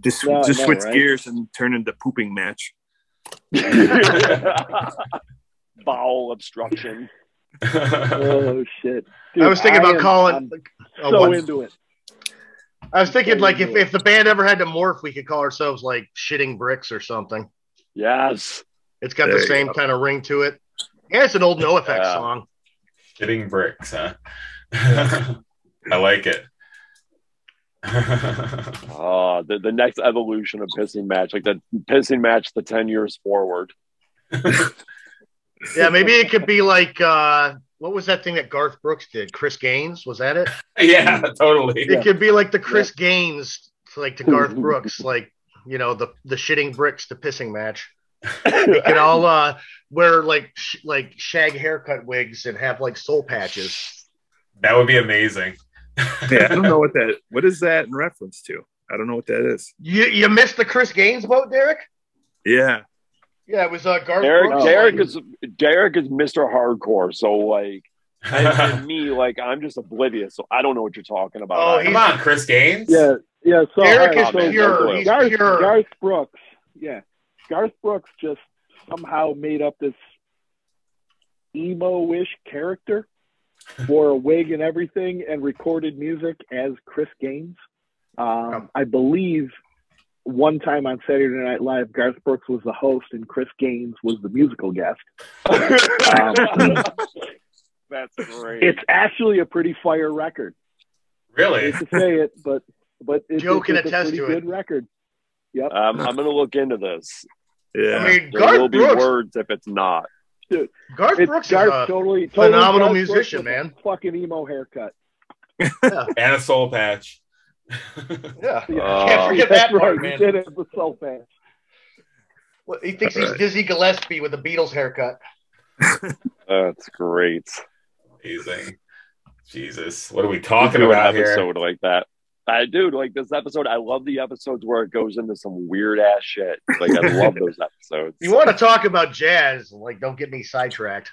S6: Just,
S7: No,
S6: just
S7: no,
S6: switch
S7: right?
S6: gears and turn into pooping match.
S3: Bowel obstruction.
S7: Oh shit!
S2: I was thinking about
S7: am-
S2: calling.
S7: I'm
S2: oh,
S7: so
S2: what-
S7: into it.
S2: I was thinking
S7: so
S2: like if,
S7: into it.
S2: if the band ever had to morph, we could call ourselves like shitting bricks or something.
S3: Yes.
S2: It's got
S6: There
S2: the
S6: you
S2: same kind of ring to it. Yeah, it's an old No Effects
S3: Yeah.
S2: song.
S1: Shitting bricks, huh? I like it.
S3: Uh, the the next evolution of pissing match, like the pissing match, the ten years forward.
S2: Yeah, maybe it could be like uh, what was that thing that Garth Brooks did? Chris Gaines was that it?
S1: yeah, totally.
S2: It could be like the Chris Gaines, like to Garth Brooks, like you know the the shitting bricks, the pissing match. We could all uh, wear like sh- like shag haircut wigs and have like soul patches.
S1: That would be amazing.
S6: Yeah, I don't know what that. What is that in reference to? I don't know what that is.
S2: You you missed the Chris Gaines vote, Derek?
S6: Yeah,
S2: Yeah, it was uh, Garth
S3: Derek,
S2: Brooks.
S3: Derek is Derek is Mister Hardcore. So like, and, and
S1: Come
S3: me, like I'm just oblivious. So I don't know what you're talking about.
S2: Oh,
S3: I-
S2: he's-
S1: on, Chris Gaines.
S7: Yeah, yeah. So
S2: Derek
S7: all
S2: is
S7: right, so-
S2: pure. He's
S7: Garth,
S2: pure.
S7: Garth Brooks. Yeah. Garth Brooks just somehow made up this emo ish character, wore a wig and everything, and recorded music as Chris Gaines.
S2: Oh.
S7: Um, I believe one time on Saturday Night Live, Garth Brooks was the host and Chris Gaines was the musical guest. Um,
S3: That's great.
S7: it's actually a pretty fire record.
S1: Really?
S7: Hate to say it, but but it's,
S2: Joe
S7: it's,
S2: can
S7: it's a
S2: attest
S7: pretty
S2: to it.
S7: good record. Yep.
S3: um, I'm gonna look into this.
S6: yeah.
S2: I mean,
S3: There will
S2: Garth
S3: be
S2: Brooks.
S3: words if it's not.
S2: Garth
S7: It's
S2: Brooks
S7: Garth
S2: is uh, a,
S7: totally, totally
S2: phenomenal
S7: Garth
S2: musician,
S7: Brooks with a Fucking emo haircut.
S1: and a soul patch.
S2: yeah.
S3: Uh,
S2: Can't forget that
S7: That's
S2: part,
S7: right,
S2: man.
S7: He did it with so fast.
S2: Well, He thinks he's Dizzy Gillespie with a Beatles haircut.
S3: That's great.
S1: amazing. Jesus, what are we
S3: do
S1: talking
S3: an
S1: about here?
S3: episode like that. I dude, like this episode. I love the episodes where it goes into some weird ass shit. Like I love those episodes.
S2: You want to talk about jazz? Like, don't get me sidetracked.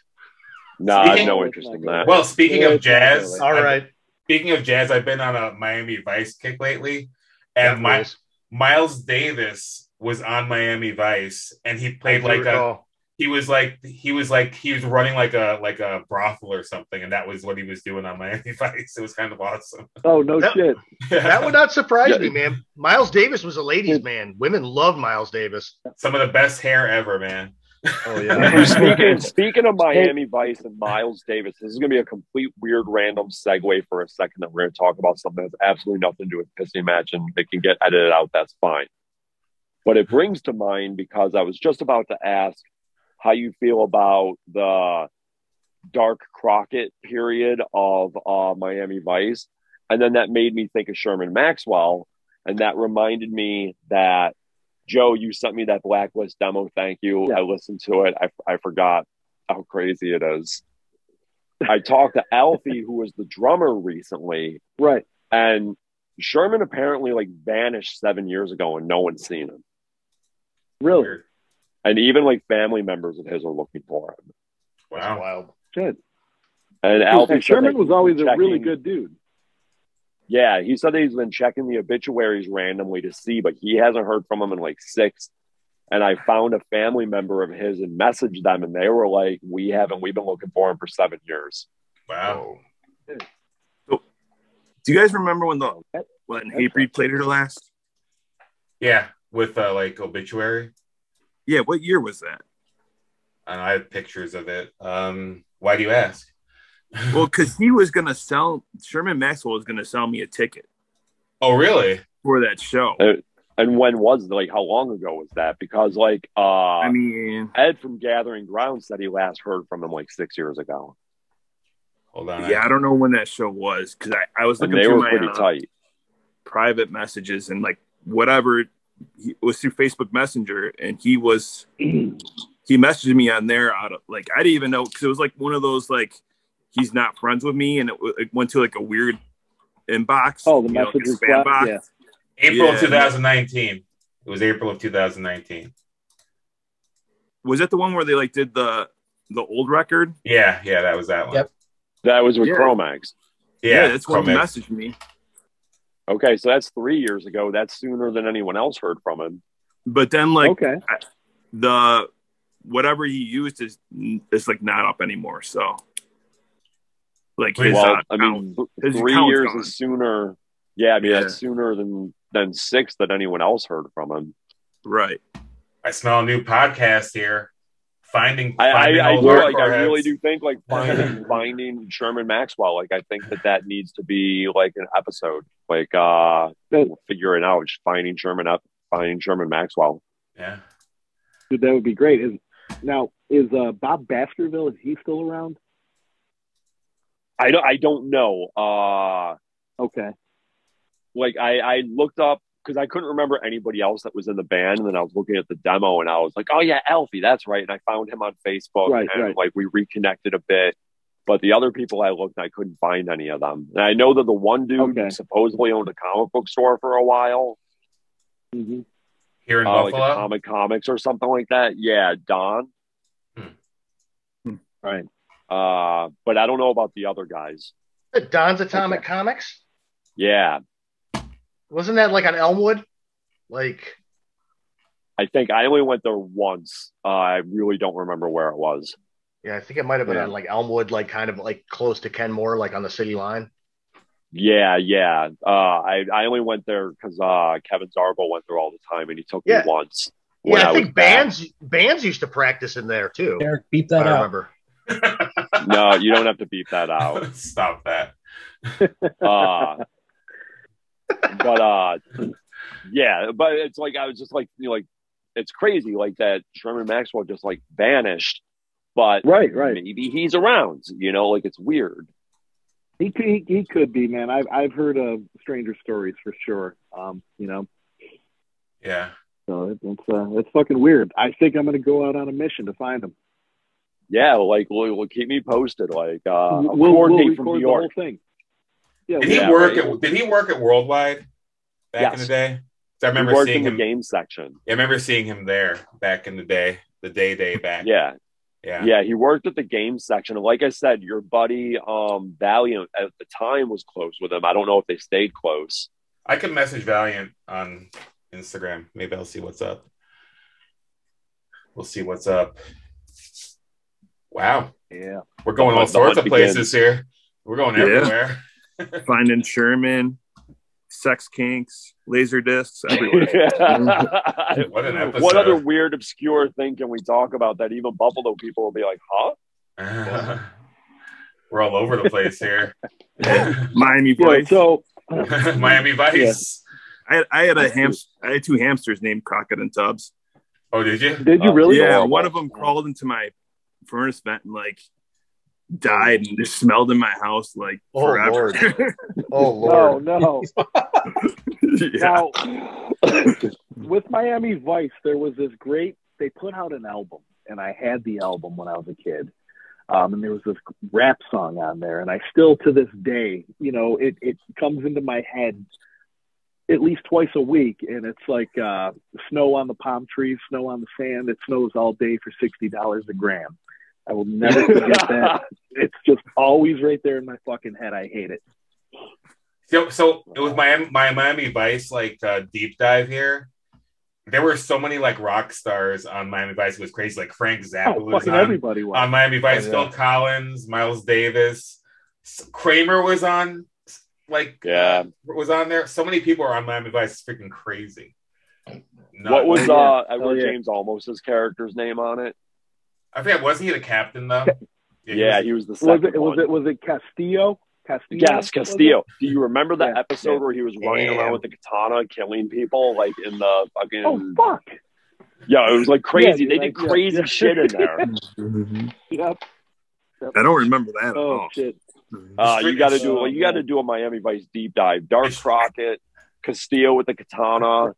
S3: No, I have
S1: Speaking-
S3: no interest in that.
S1: Well, speaking
S7: Yeah,
S1: of
S7: it's not
S1: jazz,
S7: really.
S2: All
S1: I've-
S2: right.
S1: Speaking of jazz, I've been on a Miami Vice kick lately, and
S2: That
S1: my,
S2: rules.
S1: Miles Davis was on Miami Vice, and he
S2: I
S1: played
S2: do
S1: like a
S2: recall.
S1: he was like he was like he was running like a like a brothel or something, and that was what he was doing on Miami Vice. It was kind of awesome.
S7: Oh no
S2: That-
S7: shit!
S2: That would not surprise
S3: Yeah.
S2: me, man. Miles Davis was a ladies' man. Women love Miles Davis.
S1: Some of the best hair ever, man.
S2: Oh
S3: speaking, speaking of Miami Vice and Miles Davis, this is going to be a complete weird random segue for a second that we're going to talk about something that's absolutely nothing to do with pissing match and it can get edited out. That's fine. But it brings to mind because I was just about to ask how you feel about the Dark Crockett period of uh, Miami Vice. And then that made me think of Sherman Maxwell. And that reminded me that Joe, you sent me that Blacklist demo. Thank you. I listened to it. I, I forgot how crazy it is. I talked to Alfie, who was the drummer recently,
S7: Right.
S3: and Sherman apparently like vanished seven years ago and no one's seen him.
S7: Really?
S3: And even like family members of his are looking for him.
S1: Wow.
S2: wild.
S7: Shit.
S3: And Alfie
S7: And
S3: said
S7: Sherman
S3: that
S7: was
S3: he's
S7: always
S3: been
S7: a really
S3: checking-
S7: good dude.
S3: Yeah, he said that he's been checking the obituaries randomly to see, but he hasn't heard from him in like six. And I found a family member of his and messaged them, and they were like, "We haven't. We've been looking for him for seven years."
S1: Wow.
S6: Do you guys remember when the when Hatebreed played her last?
S1: Yeah, with uh, like obituary,
S6: Yeah, what year was that?
S1: and I have pictures of it. Um, why do you ask?
S6: Well, because he was gonna sell Sherman Maxwell was gonna sell me a ticket
S1: Oh, really?
S6: for that show.
S2: Oh,
S3: Uh, And when was like how long ago was that? Because like uh,
S6: I mean,
S3: Ed from Gathering Ground said he last heard from him like six years ago,
S1: Hold on.
S6: yeah, I don't know when that show was because I, I was
S3: and
S6: looking
S3: they
S6: through
S3: were
S6: my
S3: pretty
S6: uh,
S3: tight.
S6: private messages and like whatever he, was through Facebook Messenger, and he was he messaged me on there out of like I didn't even know because it was like one of those like he's not friends with me, and it, w- it went to like a weird inbox.
S7: Oh, the
S6: you know, like a
S7: messages
S6: spam
S7: blast,
S6: box.
S7: yeah.
S1: April
S6: Yeah.
S1: of 2019. It was April of 2019.
S6: Was that the one where they like did the the old record?
S1: Yeah, yeah, that was that one.
S4: Yep.
S3: That was with
S6: Yeah.
S3: Chromax.
S1: Yeah,
S6: that's when he
S1: Chromex.
S6: messaged me.
S3: Okay, so that's three years ago. That's sooner than anyone else heard from him.
S6: But then like
S7: okay.
S6: the whatever he used is is like not up anymore. So like his,
S3: well,
S6: uh,
S3: I mean, th-
S6: his
S3: three
S6: account's
S3: years
S6: gone.
S3: is sooner. Yeah, I mean
S6: Yeah.
S3: that's sooner than than six that anyone else heard from him.
S6: right.
S1: I smell a new podcast here. Finding,
S3: I I,
S1: finding
S3: I,
S1: old
S3: do, like, I
S1: hardcore
S3: really
S1: heads.
S3: do think like finding, finding Sherman Maxwell. Like I think that that needs to be like an episode. Like uh,
S7: That,
S3: we'll figure it out. Just finding Sherman up, finding Sherman Maxwell.
S1: Yeah.
S7: dude, that would be great. Is, now is uh, Bob Baskerville? Is he still around?
S3: I don't I don't know. Uh,
S7: Okay.
S3: like I I looked up because I couldn't remember anybody else that was in the band, and then I was looking at the demo, and I was like, oh yeah, Alfie, that's right. And I found him on Facebook,
S7: Right,
S3: and
S7: right.
S3: like we reconnected a bit. But the other people I looked, I couldn't find any of them. And I know that the one dude
S7: Okay.
S3: supposedly owned a comic book store for a while, Mm-hmm.
S7: hmm
S1: Here in
S3: uh, like a
S1: Buffalo.
S3: comic comics or something like that. Yeah, Don.
S1: Hmm.
S6: Hmm.
S7: Right.
S3: Uh, but I don't know about the other guys.
S2: Don's Atomic Comics?
S3: Yeah,
S2: Wasn't that like on Elmwood? Like,
S3: I think I only went there once. Uh, I really don't remember where it was.
S2: yeah, I think it might have been
S7: Yeah.
S2: on like Elmwood, like kind of like close to Kenmore, like on the city line.
S3: Yeah, yeah. Uh, I I only went there because uh, Kevin Zarbo went there all the time, and he took
S2: Yeah.
S3: me once. when
S2: Yeah, I,
S3: was
S2: think
S3: back.
S2: bands bands used to practice in there too.
S4: Derek, beat
S2: I
S4: that out.
S2: remember.
S3: no, you don't have to beep that out.
S1: Stop that.
S3: Uh, but uh, yeah, but it's like I was just like you know, like it's crazy like that. Sherman Maxwell just like vanished, but
S7: Right. Right.
S3: maybe he's around. You know, like it's weird.
S7: He could, he, he could be, man. I've I've heard of stranger stories for sure. Um, you know,
S1: Yeah.
S7: so it, it's uh, it's fucking weird. I think I'm gonna go out on a mission to find him.
S3: Yeah, like will will keep me posted. Like uh,
S7: we'll,
S3: we'll,
S7: we'll
S3: coordinate
S7: record
S3: from New
S7: the
S3: York.
S7: whole thing. Yeah,
S1: Did
S7: we-
S1: he
S3: Yeah,
S1: work
S3: right.
S1: at Did he work at Worldwide back in
S3: Yes.
S1: the day? 'Cause I
S3: We
S1: remember
S3: worked
S1: seeing
S3: in the
S1: him.
S3: game section.
S1: I remember seeing him there back in the day, the day day back.
S3: Yeah,
S1: Yeah.
S3: Yeah, he worked at the game section. And Like I said, your buddy um, Valiant at the time was close with him. I don't know if they stayed close.
S1: I can message Valiant on Instagram. Maybe I'll see what's up. We'll see what's up. Wow.
S3: Yeah.
S1: We're going
S3: But
S1: all
S3: the
S1: sorts of
S3: hunt
S1: places here. We're going
S6: Yeah.
S1: everywhere.
S6: Finding Sherman, Sex Kinks, Laser Discs, everywhere.
S1: What an episode.
S3: What other weird, obscure thing can we talk about that even Buffalo people will be like, huh?
S1: We're all over the place here.
S6: Miami
S7: Yeah,
S6: Vice.
S7: so
S1: Miami Vice.
S6: I, I had a hamster. I had two hamsters named Crockett and Tubbs.
S1: Oh, did you?
S7: did you
S1: Oh,
S7: really?
S6: yeah,
S3: horrible.
S6: one of them crawled into my furnace vent and like died and just smelled in my house like
S2: Oh,
S6: forever.
S2: Oh
S7: No, no.
S6: yeah.
S7: Now, with Miami Vice, there was this great. They put out an album, and I had the album when I was a kid. Um, and there was this rap song on there, and I still to this day, you know, it it comes into my head at least twice a week, and it's like uh, snow on the palm trees, snow on the sand. It snows all day for sixty dollars a gram. I will never forget that. It's just always right there in my fucking head. I hate it.
S1: So, so it was my my Miami Vice like uh, deep dive here. There were so many like rock stars on Miami Vice. It was crazy. Like Frank Zappa
S7: Oh,
S1: was
S7: fucking
S1: on,
S7: everybody was.
S1: on Miami Vice.
S9: yeah.
S1: Phil Collins, Miles Davis, S- Kramer was on. s- Like
S3: Yeah.
S1: was on there. So many people are on Miami Vice. It's freaking crazy. Nuts.
S3: What was
S7: Yeah.
S3: uh,
S7: Oh,
S3: Edward
S7: yeah.
S3: James Almost's character's name on it?
S1: I forget. Wasn't he the captain though?
S3: Yeah,
S1: he was-
S3: he was the
S7: was
S3: second
S7: it was
S3: one.
S7: it was it Castillo? Castillo.
S3: Yes,
S7: was it?
S3: Castillo. Do you remember that
S7: Yeah.
S3: episode where he was running
S1: Damn.
S3: around with the katana, killing people like in the fucking?
S7: Oh fuck!
S3: Yeah, it was like crazy.
S7: Yeah,
S3: they
S7: like,
S3: did
S7: yeah,
S3: crazy
S7: yeah.
S3: shit in there.
S7: Yep. Yep.
S6: I don't remember that at
S7: Oh
S6: all.
S7: shit!
S3: Uh,
S1: It's
S3: you got to
S1: freaking-
S3: do you got to do a Miami Vice deep dive. Dark Crockett, Castillo with the katana,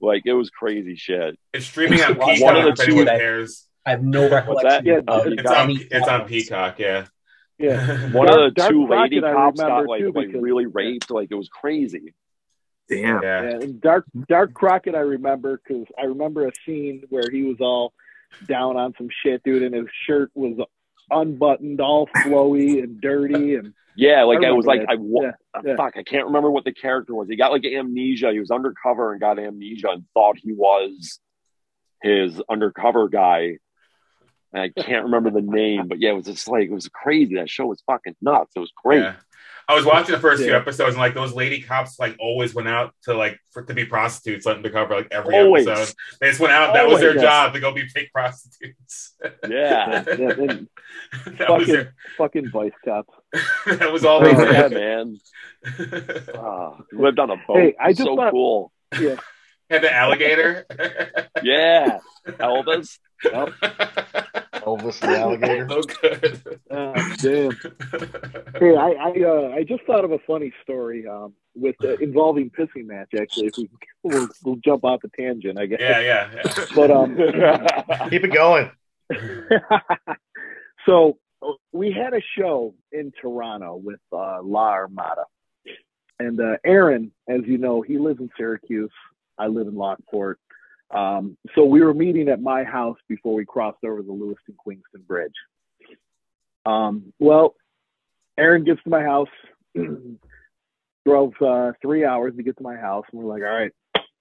S3: like it was crazy shit.
S1: It's streaming on
S4: One of
S1: Peacock.
S4: the
S1: If
S4: two
S1: anyone
S4: that-
S1: cares,
S4: I have no recollection.
S7: Yeah,
S4: of
S1: Uh,
S7: it's
S1: it's on
S4: any
S1: it's on
S4: ones.
S1: Peacock. Yeah.
S7: Yeah.
S3: One
S7: Dark-
S3: of the
S7: Dark
S3: two lady
S7: Crockett I
S3: cops got
S7: remember,
S3: like,
S7: too,
S3: like
S7: because-
S3: really raped. Like it was crazy.
S6: Damn.
S1: yeah.
S7: Yeah, and Dark Dark Crockett, I remember because I remember a scene where he was all down on some shit, dude, and his shirt was unbuttoned, all flowy and dirty, and
S3: Yeah, like
S7: I
S3: I, was like
S7: remember
S3: I wa- uh,
S7: yeah.
S3: fuck, I can't remember what the character was. He got like amnesia. He was undercover and got amnesia and thought he was his undercover guy. And I can't remember the name, but yeah, it was just like it was crazy. That show was fucking nuts. It was great.
S1: Yeah. I was watching the first few
S7: Yeah.
S1: episodes and like those lady cops like always went out to like for, to be prostitutes like, undercover like every
S3: Always.
S1: episode. They just went
S7: Oh
S1: out. That was their
S3: Always.
S1: job to go be fake prostitutes.
S3: Yeah,
S7: yeah, and
S1: that was their,
S7: fucking vice cops.
S1: that was all they
S3: Oh, yeah,
S1: did.
S3: man. Ah, lived on a boat.
S7: Hey, I just
S3: so
S7: thought-
S3: cool.
S1: Had the alligator.
S3: Yeah, Elvis.
S9: Elvis the alligator.
S1: so good.
S7: Uh, damn. Hey, I I, uh, I just thought of a funny story um, with uh, involving pissing match. Actually, if we we'll, we'll jump off the tangent, I guess.
S1: yeah, yeah, yeah.
S7: But um,
S2: Keep it going.
S7: so we had a show in Toronto with uh, La Armada, and uh, Aaron, as you know, he lives in Syracuse. I live in Lockport. Um, so we were meeting at my house before we crossed over the Lewiston Queenston Bridge. Um, well, Aaron gets to my house. drove uh, three hours to get to my house, and we're like, "All right,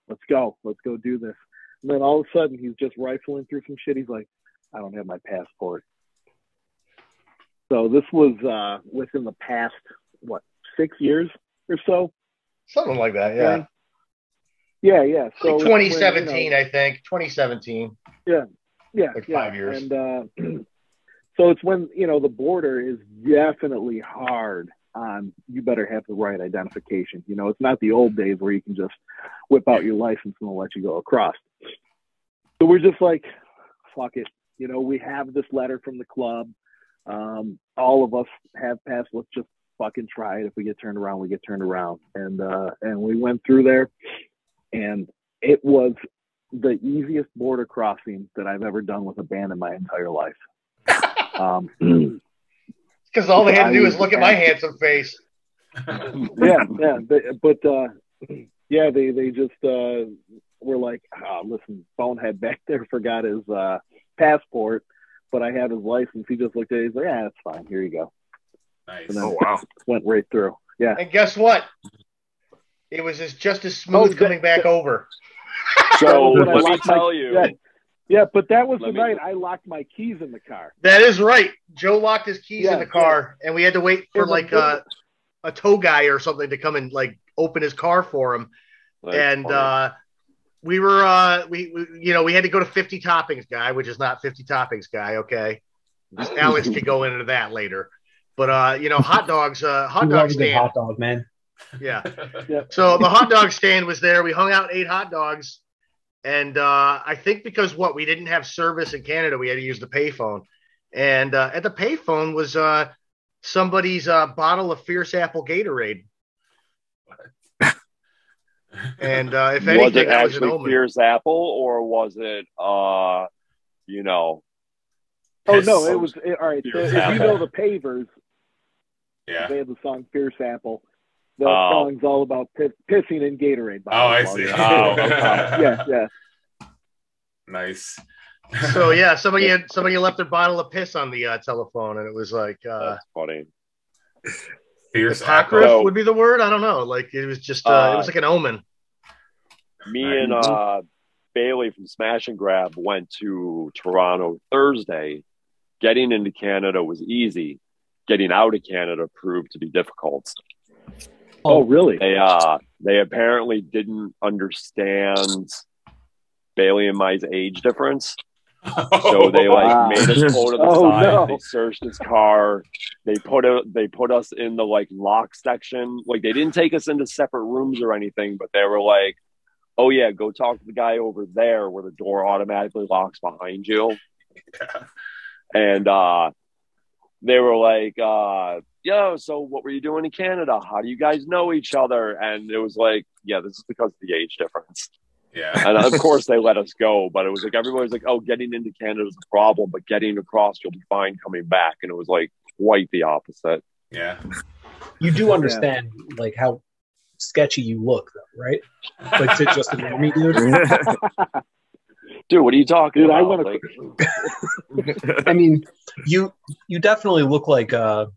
S7: let's go, let's go do this." And then all of a sudden, he's just rifling through some shit. He's like, I don't have my passport. So this was uh, within the past what six years or so.
S2: Something like that. Yeah.
S7: Yeah, yeah. So
S2: Like
S7: it's when, you
S2: 2017,
S7: know,
S2: I think. 2017.
S7: yeah,
S2: like
S7: yeah.
S2: five years.
S7: And uh, so it's when you know the border is definitely hard on. You better have the right identification. You know, it's not the old days where you can just whip out your license and they'll let you go across. So we're just like, fuck it. You know, we have this letter from the club. Um, all of us have passed. Let's just fucking try it. If we get turned around, we get turned around. And uh, and we went through there, and it was the easiest border crossing that I've ever done with a band in my entire life. um,
S2: Because all they had to do
S7: I-
S2: is look at my handsome face.
S7: yeah, yeah, but, but uh, yeah, they they just uh, were like, ah, listen, bonehead back there forgot his uh, passport. but I have his license. He just looked at it. He's like, yeah, that's fine. Here you go.
S1: Nice.
S7: And then
S6: Oh wow.
S7: went right through. Yeah.
S2: And guess what? It was as, just as smooth
S7: Oh,
S2: coming back
S7: that-
S2: over.
S3: So
S7: That was when I
S3: let me
S7: locked my-
S3: tell you,
S7: Yeah, yeah but that was the
S3: Let me-
S7: night I locked my keys in the car.
S2: That is right. Joe locked his keys
S7: Yeah,
S2: in the car, and we had to wait for
S7: In the
S2: like
S7: middle.
S2: a, a tow guy or something to come and like open his car for him.
S3: like, um,
S2: and
S3: funny.
S2: uh, we were, uh, we, we, you know, we had to go to 50 toppings guy, which is not 50 toppings guy. Okay, Alex could go into that later, but uh, you know, hot dogs, uh, hot
S4: He
S2: dog
S4: loves a good
S2: stand,
S4: hot dog, man.
S2: yeah.
S7: Yeah.
S2: So the hot dog stand was there. We hung out, ate hot dogs, and uh, I think because what we didn't have service in Canada, we had to use the payphone. And uh, at the payphone was uh, somebody's uh, bottle of Fierce Apple Gatorade. And uh, if
S3: was
S2: anything,
S3: it
S2: that was an
S3: actually
S2: omen.
S3: Fierce Apple or was it, uh, you know,
S7: Oh
S1: Piss.
S7: no, it was it, all right. So
S1: Fierce
S7: if you
S1: Apple.
S7: know the Pavers,
S1: Yeah.
S7: they had the song "Fierce Apple." The
S3: Oh.
S7: song's all about piss, pissing in Gatorade.
S1: Oh, I
S7: bottles.
S1: see.
S3: Oh, okay.
S7: yeah, yeah.
S1: Nice.
S2: So yeah, somebody had somebody left their bottle of piss on the uh, telephone, and it was like uh,
S3: that's funny.
S1: Fierce
S2: apocryph
S3: So-
S2: would be the word. I don't know. Like it was just uh, it
S3: Uh,
S2: was like an omen.
S3: Me and uh, Bailey from Smash and Grab went to Toronto Thursday. Getting into Canada was easy. Getting out of Canada proved to be difficult.
S7: Oh, really?
S3: They uh, they apparently didn't understand Bailey and my age difference. So they like
S7: Oh, Wow.
S3: made us pull to the
S7: Oh,
S3: side.
S7: no.
S3: They searched his car. They put a, they put us in the like lock section. Like they didn't take us into separate rooms or anything, but they were like, "Oh yeah, go talk to the guy over there where the door automatically locks behind you." And uh, they were like, uh, "Yo, so what were you doing in Canada? How do you guys know each other?" And it was like, "Yeah, this is because of the age difference."
S1: yeah.
S3: and of course they let us go but it was like everybody's like oh getting into canada is a problem but getting across you'll be fine coming back and it was like quite the opposite
S1: Yeah.
S4: You do understand like how sketchy you look, though, right? Like to just meet you.
S3: dude what are you talking
S7: Dude,
S3: about
S7: I wanna-
S3: Like,
S4: I mean, you you definitely look like uh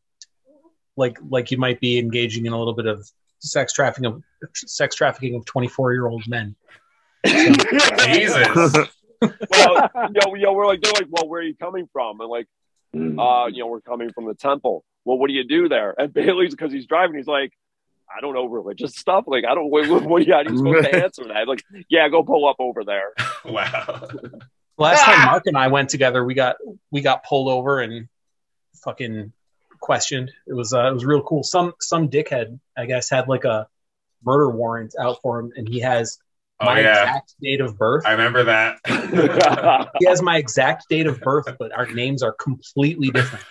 S4: like like you might be engaging in a little bit of sex trafficking of sex trafficking of twenty four year old men.
S1: Jesus.
S3: well, you know, you know, we're like they're like well where are you coming from and like
S7: Oh,
S3: uh you know we're coming from the temple well what do you do there and bailey's because he's driving he's like I don't know religious stuff. Like I don't. What, what, what how are you supposed to answer that? Like, yeah, go pull up over there.
S1: Wow.
S4: Last
S2: Ah!
S4: time Mark and I went together, we got we got pulled over and fucking questioned. It was uh, it was real cool. Some some dickhead, I guess, had like a murder warrant out for him, and he has
S1: Oh
S4: my
S1: yeah.
S4: exact date of birth.
S1: I remember that.
S4: he has my exact date of birth, but our names are completely different.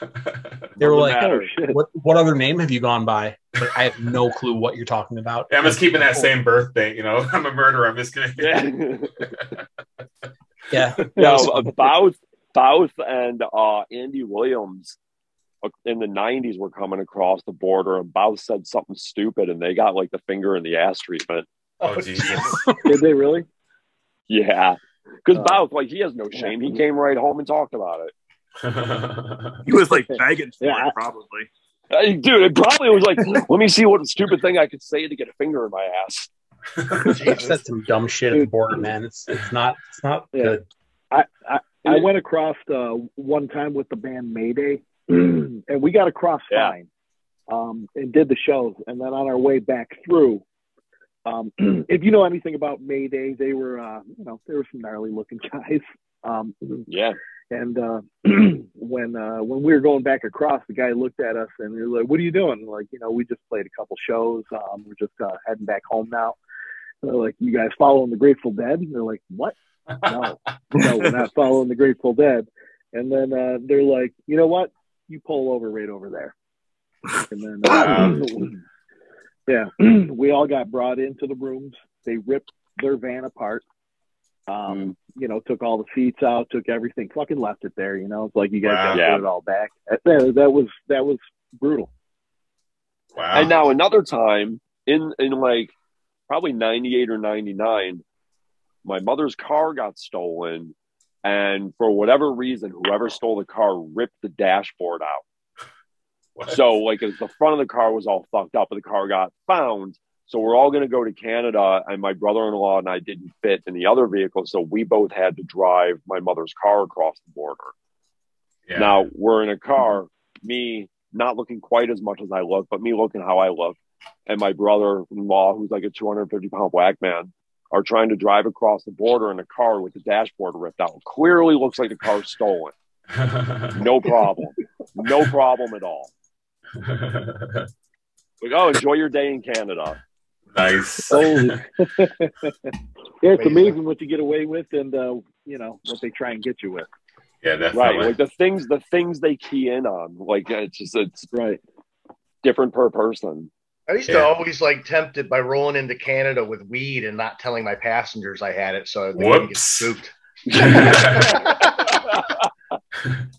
S4: They were
S3: Doesn't
S4: like,
S7: Oh
S3: matter.
S7: shit!
S4: "What what other name have you gone by?" But I have no clue what you're talking about.
S1: I'm just keeping that same birthday, you know. I'm a murderer. I'm just gonna.
S3: yeah.
S4: Yeah,
S3: No,
S4: was
S3: uh, Bouth, Bouth, and uh, Andy Williams uh, in the '90s were coming across the border, and Bouth said something stupid, and they got like the finger in the ass treatment.
S1: Oh Jesus.
S7: Did they really?
S3: Yeah, because
S7: Oh.
S3: Bouth, like, he has no shame. He came right home and talked about it.
S6: He was like begging for
S7: Yeah, I-
S6: it, probably.
S3: Hey, dude, it probably was like, let me see what stupid thing I could say to get a finger in my ass.
S4: I've said some dumb shit at the border, man. It's it's not it's not
S7: Yeah.
S4: good.
S7: I I, I went across uh, one time with the band Mayday, and we got across
S3: Yeah.
S7: fine, um, and did the shows, and then on our way back through. Um, if you know anything about Mayday, they were, uh, you know, they were some gnarly looking guys. Um,
S3: Yeah,
S7: And uh, when uh, when we were going back across, the guy looked at us and he was like, "What are you doing?" Like, you know, we just played a couple shows. Um, we're just uh, heading back home now. And they're like, "You guys following the Grateful Dead?" And they're like, "What? No, no, we're not following the Grateful Dead." And then uh, they're like, "You know what? You pull over right over there." And then, uh, yeah, we all got brought into the rooms. They ripped their van apart. Um, you know, took all the seats out, took everything, fucking left it there. You know, it's like you guys
S1: Wow.
S7: got to
S3: Yeah.
S7: put it all back. That, that that was that was brutal.
S1: wow.
S3: and now another time in in like probably 98 or 99 my mother's car got stolen And for whatever reason, whoever stole the car ripped the dashboard out.
S1: What?
S3: So like it was- the front of the car was all fucked up, but the car got found. So we're all going to go to Canada, and my brother-in-law and I didn't fit in the other vehicle, so we both had to drive my mother's car across the border.
S1: yeah. Mm-hmm.
S3: Now we're in a car, me not looking quite as much as I look, but me looking how I look, and my brother in law, who's like a 250 pound black man, are trying to drive across the border in a car with the dashboard ripped out. Clearly looks like the car's stolen. No problem. no problem at all. Like, oh, enjoy your day in Canada.
S1: nice.
S7: Holy. yeah, it's
S2: Amazing.
S7: amazing what you get away with, and uh, you know what they try and get you with.
S1: Yeah, definitely.
S3: Right. Like the things the things they key in on. Like it's just it's
S7: Right.
S3: different per person.
S2: I used
S1: Yeah.
S2: to always like tempt it by rolling into Canada with weed and not telling my passengers I had it, so they wouldn't get
S1: Whoops.
S2: spooked.
S1: Gonna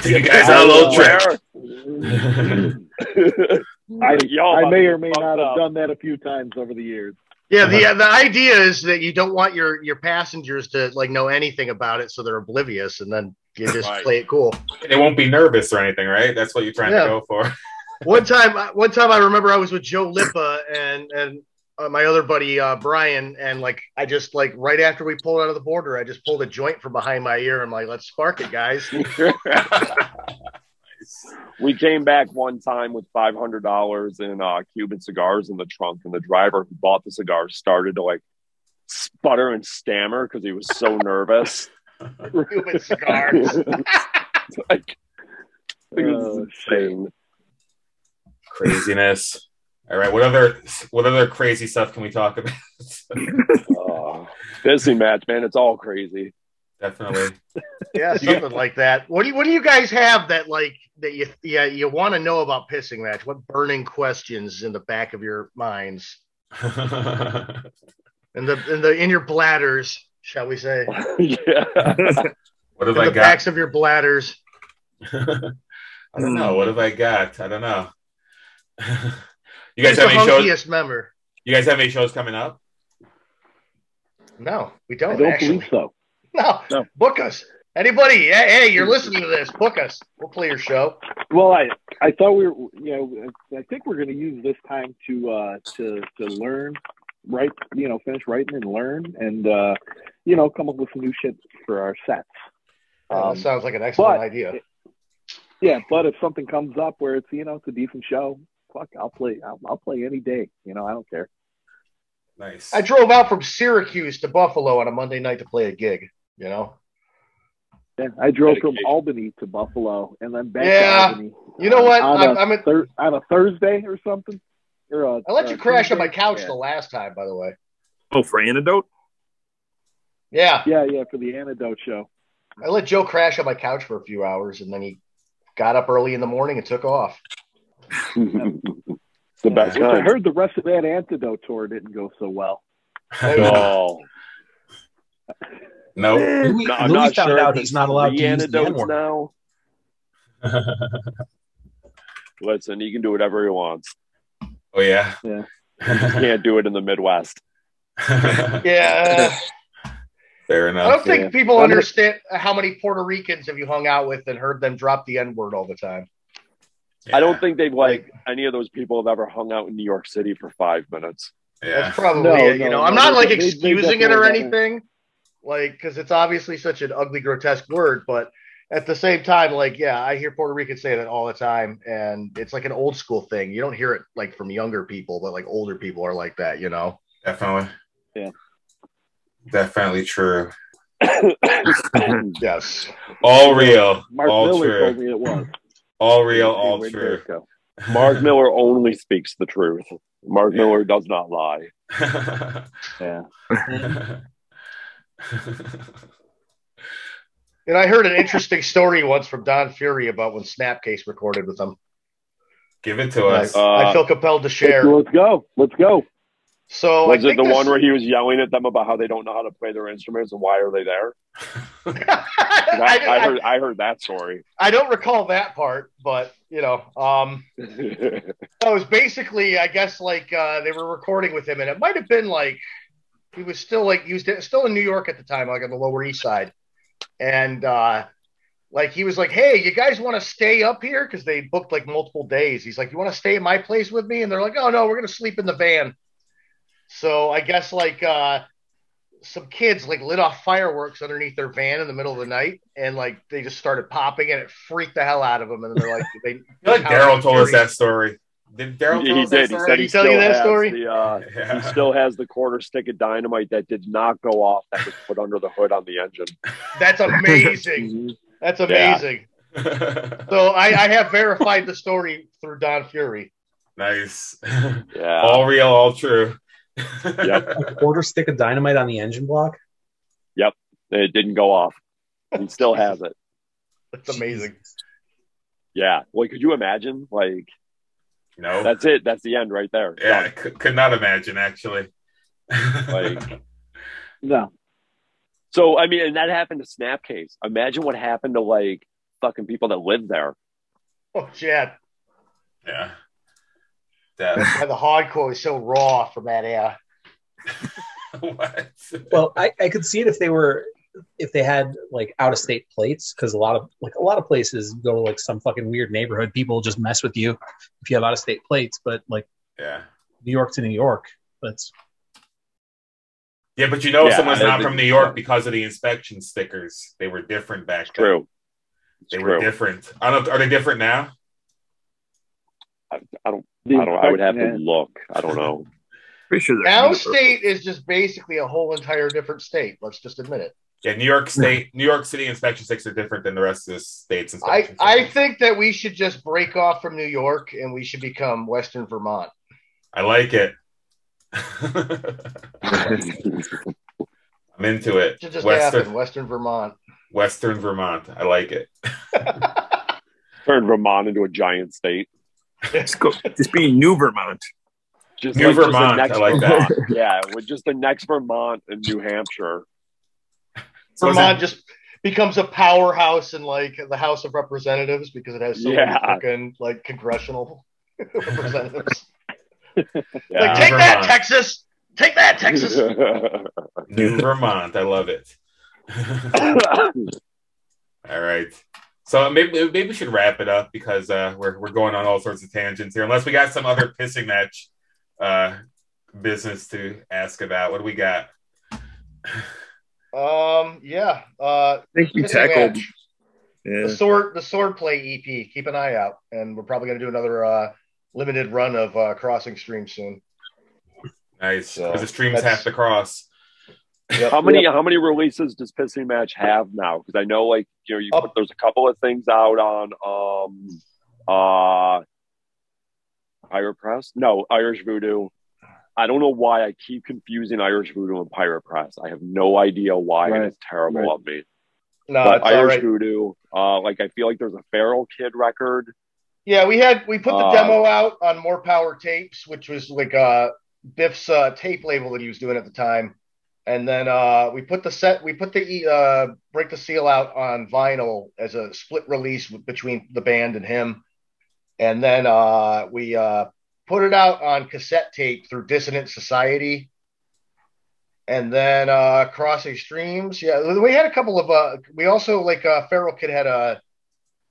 S1: take you guys on a little trip.
S7: I,
S3: Like, y'all
S7: I
S3: about
S7: may
S3: to
S7: or
S3: get
S7: may
S3: Oh, fucked
S7: not
S3: up.
S7: have done that a few times over the years.
S2: Yeah, the the idea is that you don't want your your passengers to like know anything about it, so they're oblivious, and then you just
S1: Right.
S2: play it cool.
S1: They won't be nervous or anything, right? That's what you're trying
S2: Yeah.
S1: to go for.
S2: one time, uh, one time I remember I was with Joe Lippa and and uh, my other buddy uh, Brian, and like I just like right after we pulled out of the border, I just pulled a joint from behind my ear. I'm like, let's spark it, guys.
S3: we came back one time with five hundred dollars in uh, Cuban cigars in the trunk, and the driver who bought the cigars started to like sputter and stammer because he was so nervous.
S2: Cuban cigars.
S3: Like, like, this is
S7: Oh,
S3: insane.
S1: Craziness. All right. What other what other crazy stuff can we talk about?
S3: Uh, busy match, man. It's all crazy.
S1: definitely.
S2: yeah, something like that. What do you, what do you guys have that like that you yeah you want to know about pissing match? What burning questions in the back of your minds and the in the in your bladders, shall we say?
S3: yeah.
S1: what have
S2: in
S1: I
S2: the
S1: got?
S2: backs of your bladders.
S1: I don't know. What have I got? I don't know. you
S2: Who's
S1: guys have
S2: the
S1: any shows?
S2: hunkiest member?
S1: You guys have any shows coming up?
S2: No, we
S7: I
S2: don't.
S7: don't
S2: Oh, actually.
S7: believe so.
S2: No,
S6: No.
S2: book us. Anybody, hey, hey, you're listening to this, book us. We'll play your show.
S7: Well, I I thought we were, you know, I think we're going to use this time to uh, to to learn, write, you know, finish writing and learn, and uh, you know, come up with some new shit for our sets.
S2: Oh,
S7: Um,
S2: that sounds like an excellent
S7: but-
S2: idea.
S7: yeah, but if something comes up where it's you know it's a decent show, fuck, I'll play. I'll, I'll play any day. You know, I don't care.
S1: Nice.
S2: I drove out from Syracuse to Buffalo on a Monday night to play a gig. You know,
S7: Yeah, I drove from
S3: Dedication.
S7: Albany to Buffalo and then back
S2: Yeah.
S7: to Albany.
S2: you know
S7: on-
S2: what?
S7: On
S2: I'm,
S7: a
S2: I'm a,
S7: thir- on a Thursday or something. Or a, uh,
S2: I let you crash on my
S7: Tuesday?
S2: couch
S7: Yeah.
S2: the last time, by the way.
S6: Oh, for antidote?
S2: Yeah,
S7: Yeah, yeah, for the antidote show.
S2: I let Joe crash on my couch for a few hours, and then he got up early in the morning and took off.
S3: It's the best
S7: Which I
S3: time.
S7: heard the rest of that antidote tour didn't go so well.
S3: Oh,
S1: no.
S4: Louis,
S3: no, I'm
S4: Louis
S3: not
S4: found
S3: sure.
S4: out
S3: if
S4: he's
S3: it's
S4: not allowed to use the
S3: antidotes
S4: N-word.
S3: now.
S1: Oh,
S3: Listen, he can do whatever he wants.
S1: Oh yeah.
S7: Yeah.
S3: Can't do it in the Midwest.
S2: Yeah,
S1: Fair
S2: I don't
S1: enough.
S2: think
S7: Yeah.
S2: people
S7: I'm gonna-
S2: understand how many Puerto Ricans have you hung out with and heard them drop the N word all the time.
S3: I don't think they've like any of those people have ever hung out in New York City for five minutes.
S1: Yeah.
S2: That's probably
S7: No,
S2: it. You
S7: no,
S2: know, I'm
S7: no,
S2: not
S7: they-
S2: like
S7: they- they
S2: excusing it or
S7: definitely haven't.
S2: anything, like because it's obviously such an ugly, grotesque word. But at the same time, like, yeah, I hear Puerto Ricans say that all the time, and it's like an old school thing. You don't hear it like from younger people, but like older people are like that. You know,
S1: Definitely.
S7: Yeah.
S1: Definitely true.
S3: That's
S2: yes,
S1: All real.
S7: Mark
S1: all
S7: Miller
S1: true.
S7: told me it was.
S1: All real.
S7: Hey,
S1: All
S7: Wayne
S1: true.
S7: Briscoe.
S3: Mark Miller only speaks the truth. Mark Miller does not lie.
S7: Yeah.
S2: and I heard an interesting story once from Don Fury about when Snapcase recorded with them.
S1: Give it to
S2: And I,
S1: us.
S3: Uh,
S2: I feel compelled to share.
S7: Let's, let's go. Let's go.
S2: So I
S3: was it
S2: think
S3: the
S2: this-
S3: one where he was yelling at them about how they don't know how to play their instruments and why are they there? 'Cause
S2: I,
S3: I, I heard I heard that story.
S2: I don't recall that part, but you know, um, No, it was basically, I guess, like uh, they were recording with him, and it might have been like he was still like he was still in New York at the time, like on the Lower East Side, and uh, like he was like, "Hey, you guys want to stay up here?" Because they booked like multiple days. He's like, "You want to stay at my place with me?" And they're like, "Oh no, we're gonna sleep in the van." So I guess like uh, some kids like lit off fireworks underneath their van in the middle of the night, and like they just started popping, and it freaked the hell out of them. And they're like, "They."
S1: I feel like Daryl told us that story. Did Daryl tell
S3: he
S1: us that
S3: did. He said
S1: story?
S3: he
S2: Did he tell you
S3: still
S2: that
S3: has
S2: story?
S3: The, uh,
S1: Yeah.
S3: He still has the quarter stick of dynamite that did not go off that was put under the hood on the engine.
S2: That's amazing.
S7: Mm-hmm.
S2: That's amazing. So I, I have verified the story through Don Fury.
S1: nice.
S3: Yeah.
S1: all real, all true.
S3: Yep.
S4: A quarter stick of dynamite on the engine block.
S3: it didn't go off. He still has it.
S2: That's amazing.
S3: Yeah. Well, could you imagine? Like
S1: no.
S3: that's it. That's the end right there.
S1: yeah, I
S3: Done.
S1: could, could not imagine actually.
S3: Like-
S7: No.
S3: So I mean, and that happened to Snapcase. Imagine what happened to like fucking people that live there.
S2: Oh, Chad,
S1: yeah. That,
S2: why the hardcore is so raw from that era.
S1: what?
S4: Well, I, I could see it if they were if they had like out of state plates because a lot of like a lot of places you go to like some fucking weird neighborhood people just mess with you if you have out of state plates but like
S1: Yeah.
S4: New York to New York that's
S1: Yeah, but you know
S3: Yeah,
S1: someone's
S3: I
S1: not
S3: think-
S1: from New York because of the inspection stickers. They were different back then.
S3: True. It's
S1: They were
S3: true.
S1: different. I don't. Are they different now?
S7: The
S3: I don't. I would have to
S7: inspection-
S3: look. I don't know.
S6: Pretty sure they're-
S2: Now state is just basically a whole entire different state. Let's just admit it.
S1: Yeah, New York State, New York City inspection sticks are different than the rest of the states.
S2: I,
S1: inspection
S2: I
S1: stickers.
S2: think that we should just break off from New York and we should become Western Vermont.
S1: I like it. I'm into it.
S2: It should just
S1: Western
S2: happen. Western Vermont.
S1: Western Vermont. I like it.
S3: Turn Vermont into a giant state.
S6: Just, go, just be New Vermont.
S3: Just
S1: New
S3: like, just the
S1: Vermont.
S3: next
S1: I like that.
S3: Vermont. yeah, with just the next Vermont and New Hampshire.
S1: So is
S2: Vermont
S1: it-
S2: just becomes a powerhouse in like the House of Representatives because it has so many
S3: Yeah.
S2: fucking like congressional representatives.
S3: Yeah.
S2: Like, take that,
S1: Vermont.
S2: Texas! Take that, Texas!
S1: New Vermont. I love it. all right. So maybe maybe we should wrap it up because uh, we're we're going on all sorts of tangents here. Unless we got some other pissing match uh, business to ask about. What do we got?
S2: Um, yeah. Uh,
S6: I think you
S2: Pissing
S6: tackled.
S2: match.
S6: Yeah.
S2: the sword, the sword play EP. Keep an eye out, and we're probably going to do another uh, limited run of uh, Crossing Stream soon.
S1: Nice.
S2: So,
S1: Because the streams
S2: that's-
S1: have to cross.
S3: how many how many releases does Pissing Match have now? Because I know like you know you put, there's a couple of things out on um uh Pirate Press. No, Irish Voodoo. I don't know why I keep confusing Irish Voodoo and Pirate Press. I have no idea why, and
S7: Right,
S3: it's terrible
S7: right.
S3: of me.
S2: No,
S3: But
S2: it's Uh, all
S3: Irish
S2: right.
S3: Voodoo, uh, like I feel like there's a Feral Kid record.
S2: Yeah, we had we put the
S3: Uh,
S2: demo out on More Power Tapes, which was like uh, Biff's uh, tape label that he was doing at the time, and then uh, we put the set we put the uh, Break the Seal out on vinyl as a split release w- between the band and him, and then uh, we uh, put it out on cassette tape through Dissonant Society. And then uh, crossing streams, yeah. We had a couple of. Uh, we also like uh, Feral Kid had a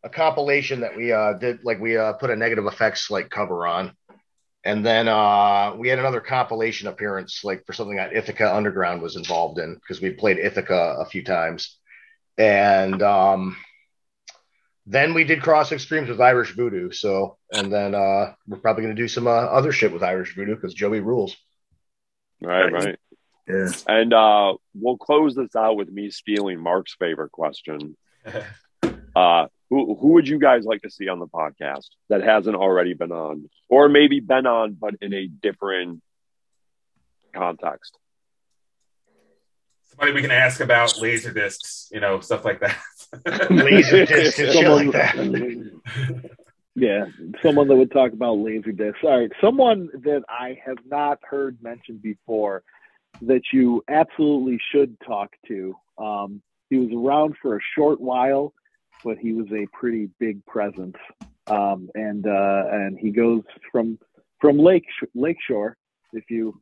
S2: a compilation that we uh, did, like we uh, put a negative effects like cover on, and then uh, we had another compilation appearance like for something that Ithaca Underground was involved in because we played Ithaca a few times, and um, then we did Cross Extremes with Irish Voodoo. So, and then uh, we're probably gonna do some uh, other shit with Irish Voodoo because Joey rules.
S3: Right,
S6: Nice.
S3: right.
S6: Yeah.
S3: And uh, we'll close this out with me stealing Mark's favorite question. Uh, who who would you guys like to see on the podcast that hasn't already been on, or maybe been on but in a different context?
S1: Somebody we can ask about laser discs, you know, stuff like that.
S2: Laser disc and shit like that.
S7: Yeah, someone that would talk about laser discs. All right, someone that I have not heard mentioned before that you absolutely should talk to. Um, he was around for a short while, but he was a pretty big presence. Um, and uh, and he goes from from Lake Lakeshore, if you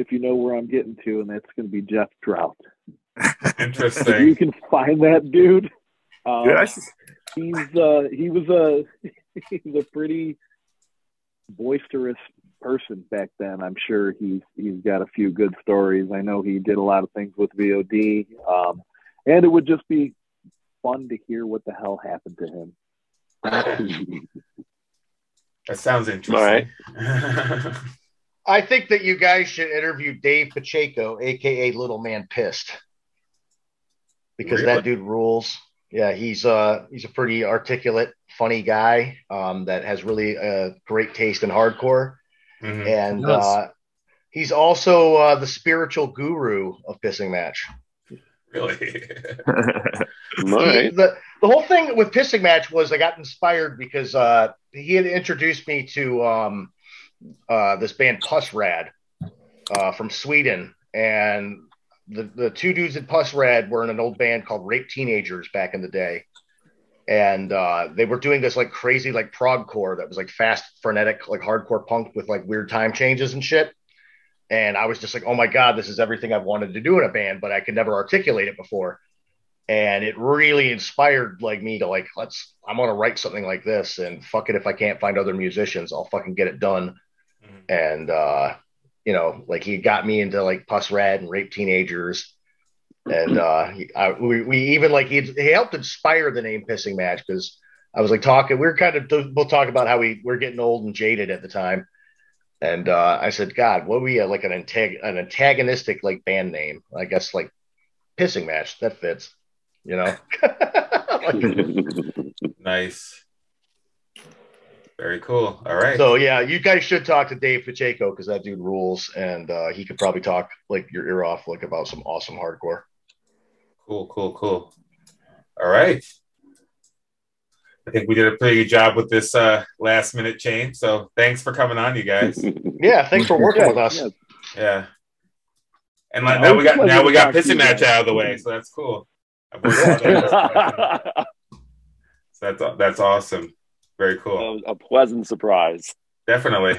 S7: if you know where I'm getting to, and that's going to be Jeff Drought. you
S1: Interesting.
S7: can find that dude. Um,
S6: Dude, I s-
S7: he's uh, he was a he's a pretty boisterous person back then. I'm sure he's he's got a few good stories. I know he did a lot of things with VOD, um, and it would just be fun to hear what the hell happened to him.
S1: That sounds interesting.
S2: I think that you guys should interview Dave Pacheco, aka Little Man Pissed, because that dude rules. Yeah, he's uh he's a pretty articulate, funny guy um, that has really uh, great taste in hardcore,
S1: Mhm.
S2: and
S4: Yes.
S2: uh, he's also uh, the spiritual guru of pissing match.
S1: Really?
S3: All right.
S2: The, the whole thing with pissing match was I got inspired because uh, he had introduced me to um, uh, this band Puss Rad uh, from Sweden, and the the two dudes at Puss Rad were in an old band called Rape Teenagers back in the day, and uh, they were doing this like crazy like prog core that was like fast, frenetic, like hardcore punk with like weird time changes and shit. And I was just like, oh my god, this is everything I've wanted to do in a band, but I could never articulate it before and it really inspired like me to like let's i'm gonna write something like this and fuck it if i can't find other musicians i'll fucking get it done and uh you know like he got me into like puss rad and rape teenagers and uh he- I, we, we even like he, he helped inspire the name pissing match because i was like talking we were kind of we'll talk about how we we're getting old and jaded at the time and uh i said god what we uh, like an antag- an antagonistic like band name i guess like pissing match that fits you know
S1: nice. Very cool. All right.
S2: so yeah you guys should talk to dave pacheco because that dude rules and uh, he could probably talk like your ear off like about some awesome hardcore
S1: Cool, cool, cool. All right. I think we did a pretty good job with this uh, last minute change. So thanks for coming on, you guys.
S2: yeah thanks for working with us
S7: Yeah,
S1: Yeah. And like,
S7: Yeah,
S1: now we got now we got
S7: pleasure to
S1: pissing
S7: talk to you
S1: match
S7: guys.
S1: out of the way, so that's cool. I've worked on that.
S3: that
S1: so that's that's awesome. Very
S7: Oh.
S1: cool.
S3: was a pleasant surprise.
S1: Definitely.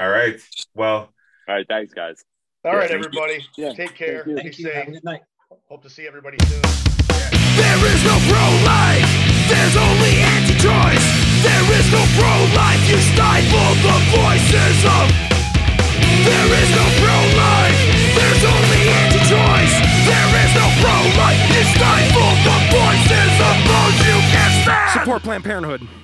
S1: All right. Well,
S3: All right, thanks, guys.
S2: all right
S6: Thank you.
S2: everybody
S7: Yeah,
S2: take care
S7: you.
S2: be
S4: Thank you. Have a
S2: safe
S4: good night.
S2: hope to see everybody soon
S10: There is no pro life, there's only anti choice. There is no pro life, you stifle the voices of. There is no pro life, there's only anti choice. There is no pro life, you stifle the voices of those you can't stand.
S11: Support Planned Parenthood.